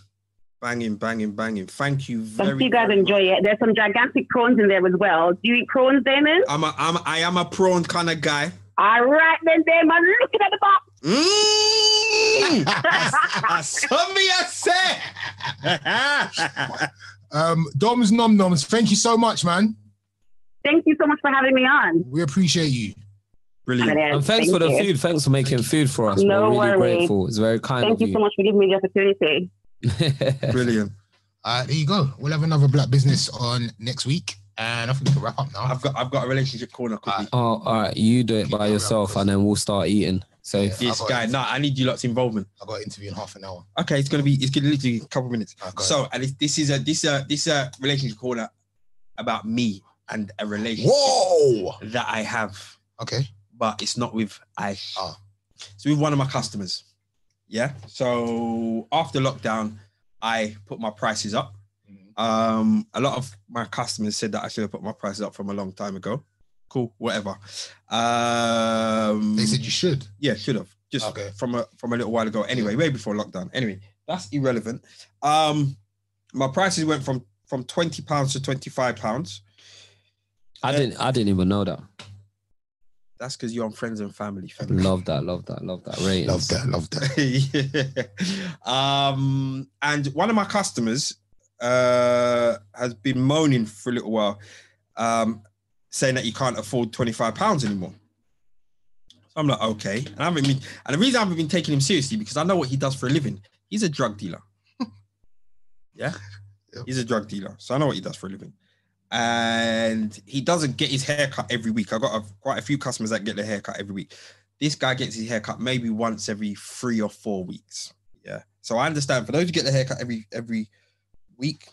banging, banging, banging. Thank you
So I
very.
hope you guys
very much.
enjoy it. There's some gigantic prawns in there as well. Do you eat prawns, Damon?
I'm a, I'm, I am a prawn kind of guy.
All right, then, Damon. Looking at the box.
[LAUGHS]
Mm. I saw me, I said.
Um Dom's nom noms, thank you so much, man.
Thank you so much for having me on.
We appreciate you.
Brilliant.
Brilliant.
And thanks
Thank
for the
you.
food. Thanks for making food for us. We're
No
really
worries.
grateful. It's very kind
Thank
of
you so much for giving me the opportunity. [LAUGHS]
Brilliant.
Uh, there you go. We'll have another black business on next week, and I think we can wrap up now.
I've got I've got a relationship corner quickly.
[LAUGHS] oh, all right. You do it by yourself, and then we'll start eating. So
Yeah.
this guy, no, I need you lot's involvement.
I've got an interview in half an hour.
Okay, it's gonna be it's gonna literally be a couple of minutes.
I've got-
So and this, this is a this uh this uh relationship corner about me and a relationship
whoa.
that I have,
Okay.
but it's not with I.
Oh.
It's with one of my customers. Yeah. So after lockdown, I put my prices up. Um, a lot of my customers said that I should have put my prices up from a long time ago. Cool, whatever. Um,
They said you should.
yeah, should have just
Okay.
from a from a little while ago. Anyway, way before lockdown. Anyway, that's irrelevant. Um, my prices went from from twenty pounds to twenty five pounds.
I didn't. I didn't even know that.
That's because you're on friends and family. fam.
Love that. Love that. Love that. Ratings.
Love that.
[LAUGHS]
Love that.
um, and one of my customers uh, has been moaning for a little while, um, saying that you can't afford twenty five pounds anymore. So I'm like, okay, and I haven't been, and the reason I haven't been taking him seriously because I know what he does for a living. He's a drug dealer. yeah,
Yep.
he's a drug dealer, so I know what he does for a living. And he doesn't get his hair cut every week. I got a, quite a few customers that get their hair cut every week this guy gets his haircut maybe once every three or four weeks. Yeah. So I understand for those who get the haircut every every week,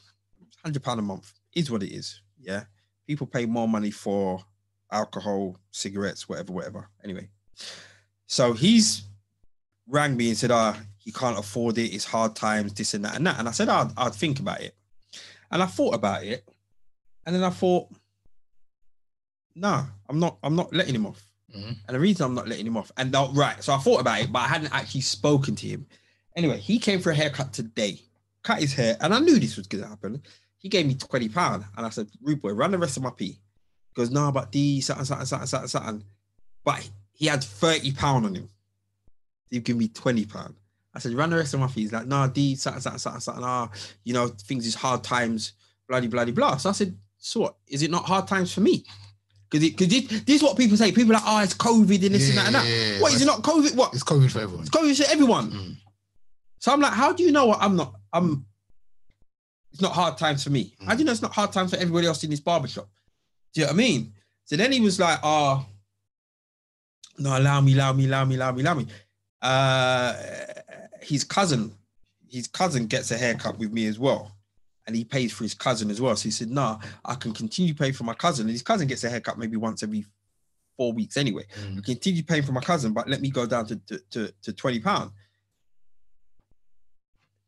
hundred pound a month is what it is. Yeah. People pay more money for alcohol, cigarettes, whatever, whatever. Anyway, so he's rang me and said, "Ah, he can't afford it. It's hard times, this and that and that." And I said, "I'd, I'd think about it," and I thought about it, and then I thought, "Nah, I'm not. I'm not letting him off."
Mhm.
And the reason I'm not letting him off, and now- right, so I thought about it, but I hadn't actually spoken to him. Anyway, he came for a haircut today, cut his hair, and I knew this was gonna happen. He gave me twenty pound, and I said, "Rude boy, run the rest of my pee." He goes, "Nah, but the something, something, something, something, something." But he had thirty pound on him. You give me twenty pound. I said, "Run the rest of my fees." Like, "Nah, D, something, something, something, something. Ah, you know, things is hard times, bloody, bloody, blah." So I said, "So what? Is it not hard times for me?" Because because this, this is what people say. People are like, "Oh, it's COVID and this and that and that."
Yeah,
what is it
but
not COVID? What?
It's COVID for everyone.
It's COVID to everyone.
Mm.
So I'm like, how do you know what I'm not? I'm. It's not hard times for me.
Mm.
How do you know it's not hard times for everybody else in this barbershop? Do you know what I mean? So then he was like, oh, no, allow me, allow me, allow me, allow me, allow me. Uh, his cousin, his cousin gets a haircut with me as well. And he pays for his cousin as well. So he said, nah, I can continue paying for my cousin. And his cousin gets a haircut maybe once every four weeks anyway.
Mm.
I continue paying for my cousin, but let me go down to, to, to, to 20 pounds.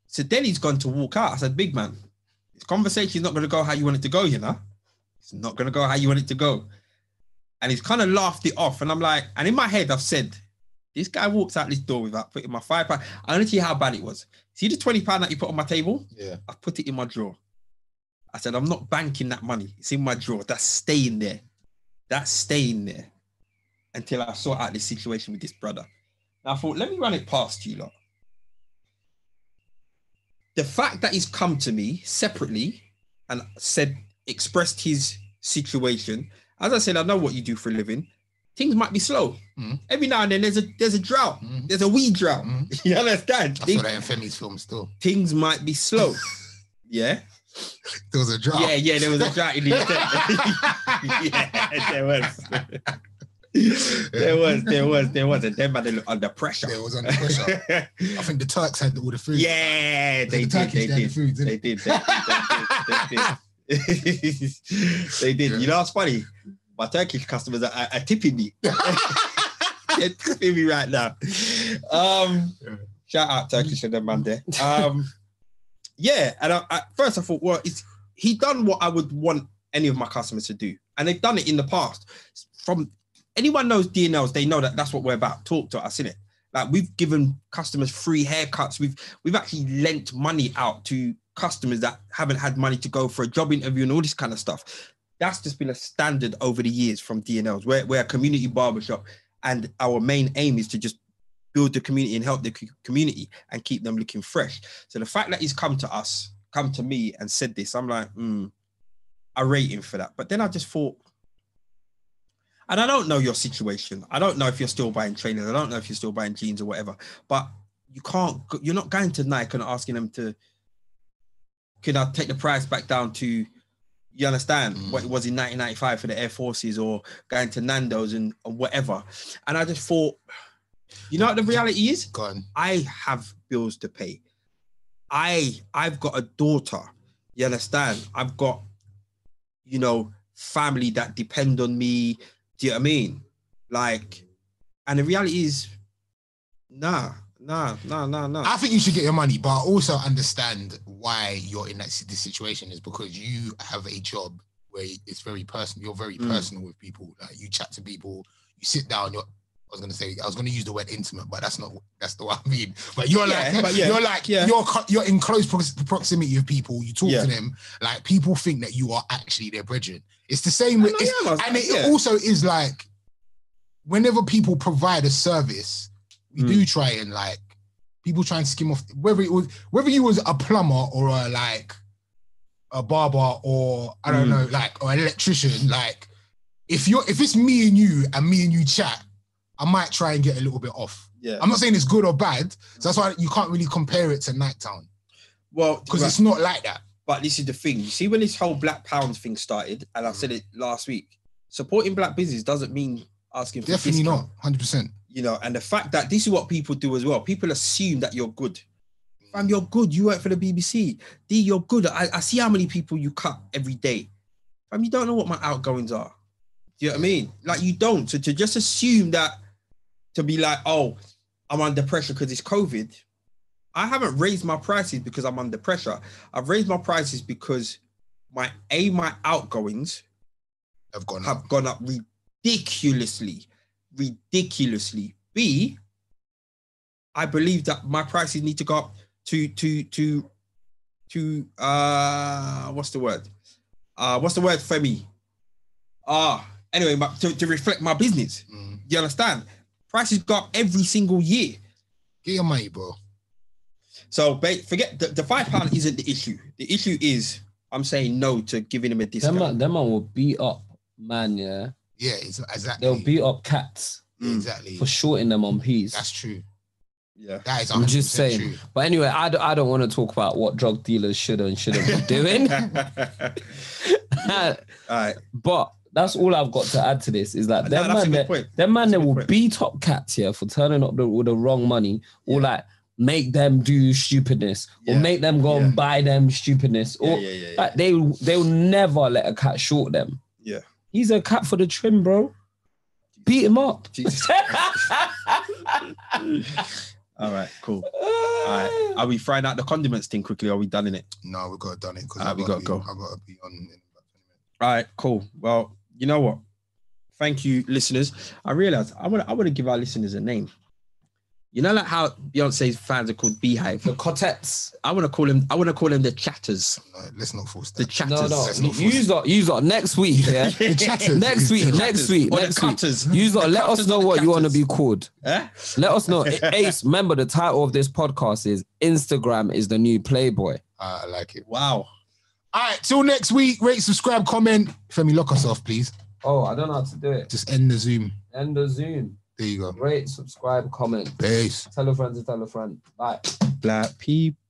So then he's gone to walk out. I said, big man, this conversation's not going to go how you want it to go, you know? It's not going to go how you want it to go. And he's kind of laughed it off. And I'm like, and in my head, I've said, this guy walks out this door without putting my five pound. I don't tell you how bad it was. See the 20 pound that you put on my table?
Yeah.
I put it in my drawer. I said, I'm not banking that money. It's in my drawer. That's staying there. That's staying there until I sort out this situation with this brother. And I thought, let me run it past you lot. The fact that he's come to me separately and said, expressed his situation. As I said, I know what you do for a living. Things might be slow.
Mhm.
Every now and then there's a there's a drought.
Mhm.
There's a weed drought. [LAUGHS] You understand?
I
Things-
saw that in Femi's film still.
things might be slow. yeah.
There was a drop. [LAUGHS]
Yeah, yeah, there was a drought in the [LAUGHS] yeah, there was. there was, there was, there was, and then by the under pressure.
There was under pressure. I think the Turks had all the
[LAUGHS]
food.
yeah,
The
they did,
Turkish
they
had the
did,
food, didn't
they did, they did, they did, they did. [LAUGHS] They did. You know what's funny? My Turkish customers are, are, are tipping me. They're tipping me right now. Um,
Yeah.
shout out Turkish and them man there. Um, yeah, and I, at first I thought, well, it's he done what I would want any of my customers to do, and they've done it in the past. From anyone knows DNLs, they know that that's what we're about. Talk to us, it? Like we've given customers free haircuts. We've we've actually lent money out to customers that haven't had money to go for a job interview and all this kind of stuff. That's just been a standard over the years from DNLs. We're, we're a community barbershop, and our main aim is to just build the community and help the c- community and keep them looking fresh. So the fact that he's come to us, come to me and said this, I'm like, hmm, I rate him for that. But then I just thought, and I don't know your situation. I don't know if you're still buying trainers. I don't know if you're still buying jeans or whatever. But you can't. go- You're not going to Nike and asking them to. Can I take the price back down to? You understand what it was in 1995 for the Air Forces, or going to Nando's and, and whatever. And I just thought, you know what the reality is?
Go on.
I have bills to pay. I I've got a daughter. You understand? I've got, you know, family that depend on me. Do you know what I mean? Like, and the reality is, nah, nah, nah, nah, nah.
I think you should get your money, but I also understand why you're in that si- this situation is because you have a job where it's very personal. You're very
Mm.
personal with people. Like you chat to people, you sit down. You're, I was gonna say I was gonna use the word intimate, but that's not that's the what I mean. But you're
Yeah,
like
but yeah,
you're like
yeah.
you're co- you're in close prox- proximity with people. You talk
Yeah.
to them. Like people think that you are actually their brethren. It's the same with
No,
it's,
yeah, man.
and it
Yeah.
also is like whenever people provide a service, we
Mm.
do try and like people try and skim off whether it was whether you was a plumber or a like a barber or I don't
Mm.
know like or an electrician like if you're if it's me and you and me and you chat I might try and get a little bit off
yeah.
I'm not saying it's good or bad so that's why you can't really compare it to Nighttown
well,
because
right.
it's not like that
But this is the thing. You see, when this whole Black Pound thing started, and I said
Mm.
it last week, supporting Black business doesn't mean asking for
definitely
discount.
not 100 percent
you know, and the fact that this is what people do as well. People assume that you're good. Fam, you're good. You work for the BBC. D, you're good. I, I see how many people you cut every day. Fam, you don't know what my outgoings are. Do you know what I mean? Like you don't. So to just assume that to be like, oh, I'm under pressure because it's COVID. I haven't raised my prices because I'm under pressure. I've raised my prices because my A, my outgoings
I've gone up
have gone up ridiculously, ridiculously. B, I believe that my prices need to go up to to to to uh what's the word? Uh what's the word for me? Ah, anyway, my, to, to reflect my business.
Mm.
You understand? Prices go up every single year.
get your money bro
So ba- forget the, the five pound isn't the issue. The issue is I'm saying no to giving him a
Them man,
discount.
them man will beat up man, yeah.
yeah it's exactly
They'll beat up cats
Mm.
exactly
for shorting them on peas.
that's true
Yeah. [LAUGHS]
that is 100%
I'm just saying.
true.
But anyway, I don't, I don't want to talk about what drug dealers should and shouldn't be
[LAUGHS]
doing.
All right.
but that's all I've got to add to this is that
No,
them
that's a
man,
good
that-
point.
them man,
That's a
they
good
will
point.
beat up cats here for turning up the, with the wrong money or like make them do stupidness or
Yeah.
make them go
Yeah.
and buy them stupidness or
yeah, yeah, yeah.
like they they'll never let a cat short them.
Yeah.
He's a cat for the trim, bro. Beat
[LAUGHS]
him up.
Jesus. All right, cool. All right.
Alright.
Are we frying out the condiments thing quickly? Are we done in it?
No, we gotta done it because
Ah, we gotta go.
I gotta be on. In about 20 minutes.
All right, cool. Well, you know what? Thank you, listeners. I realize I want to I want to give our listeners a name. You know, like how Beyonce's fans are called Beehive.
The Cotettes.
I want to call them. I want to call them the Chatters.
No, let's not force
The
that.
Chatters.
No,
That's
no.
not
You lot, you lot. Next week,
[LAUGHS]
yeah.
The chatters.
next week, next week,
Or the
next week.
Cutters.
You lot,
The
let us
Cutters
know
or the
what you want to
Chatters.
be called.
Eh?
Let us know. Ace, remember the title of this podcast is Instagram is the new Playboy.
Ah, I like it.
Wow.
All right, till next week. Rate, subscribe, comment. Femi, lock us off, please.
Oh, I don't know how to do it.
Just end the Zoom.
End the Zoom.
There you go.
Rate, subscribe, comment.
Peace.
Tell a friend to tell a friend. Bye.
Black people.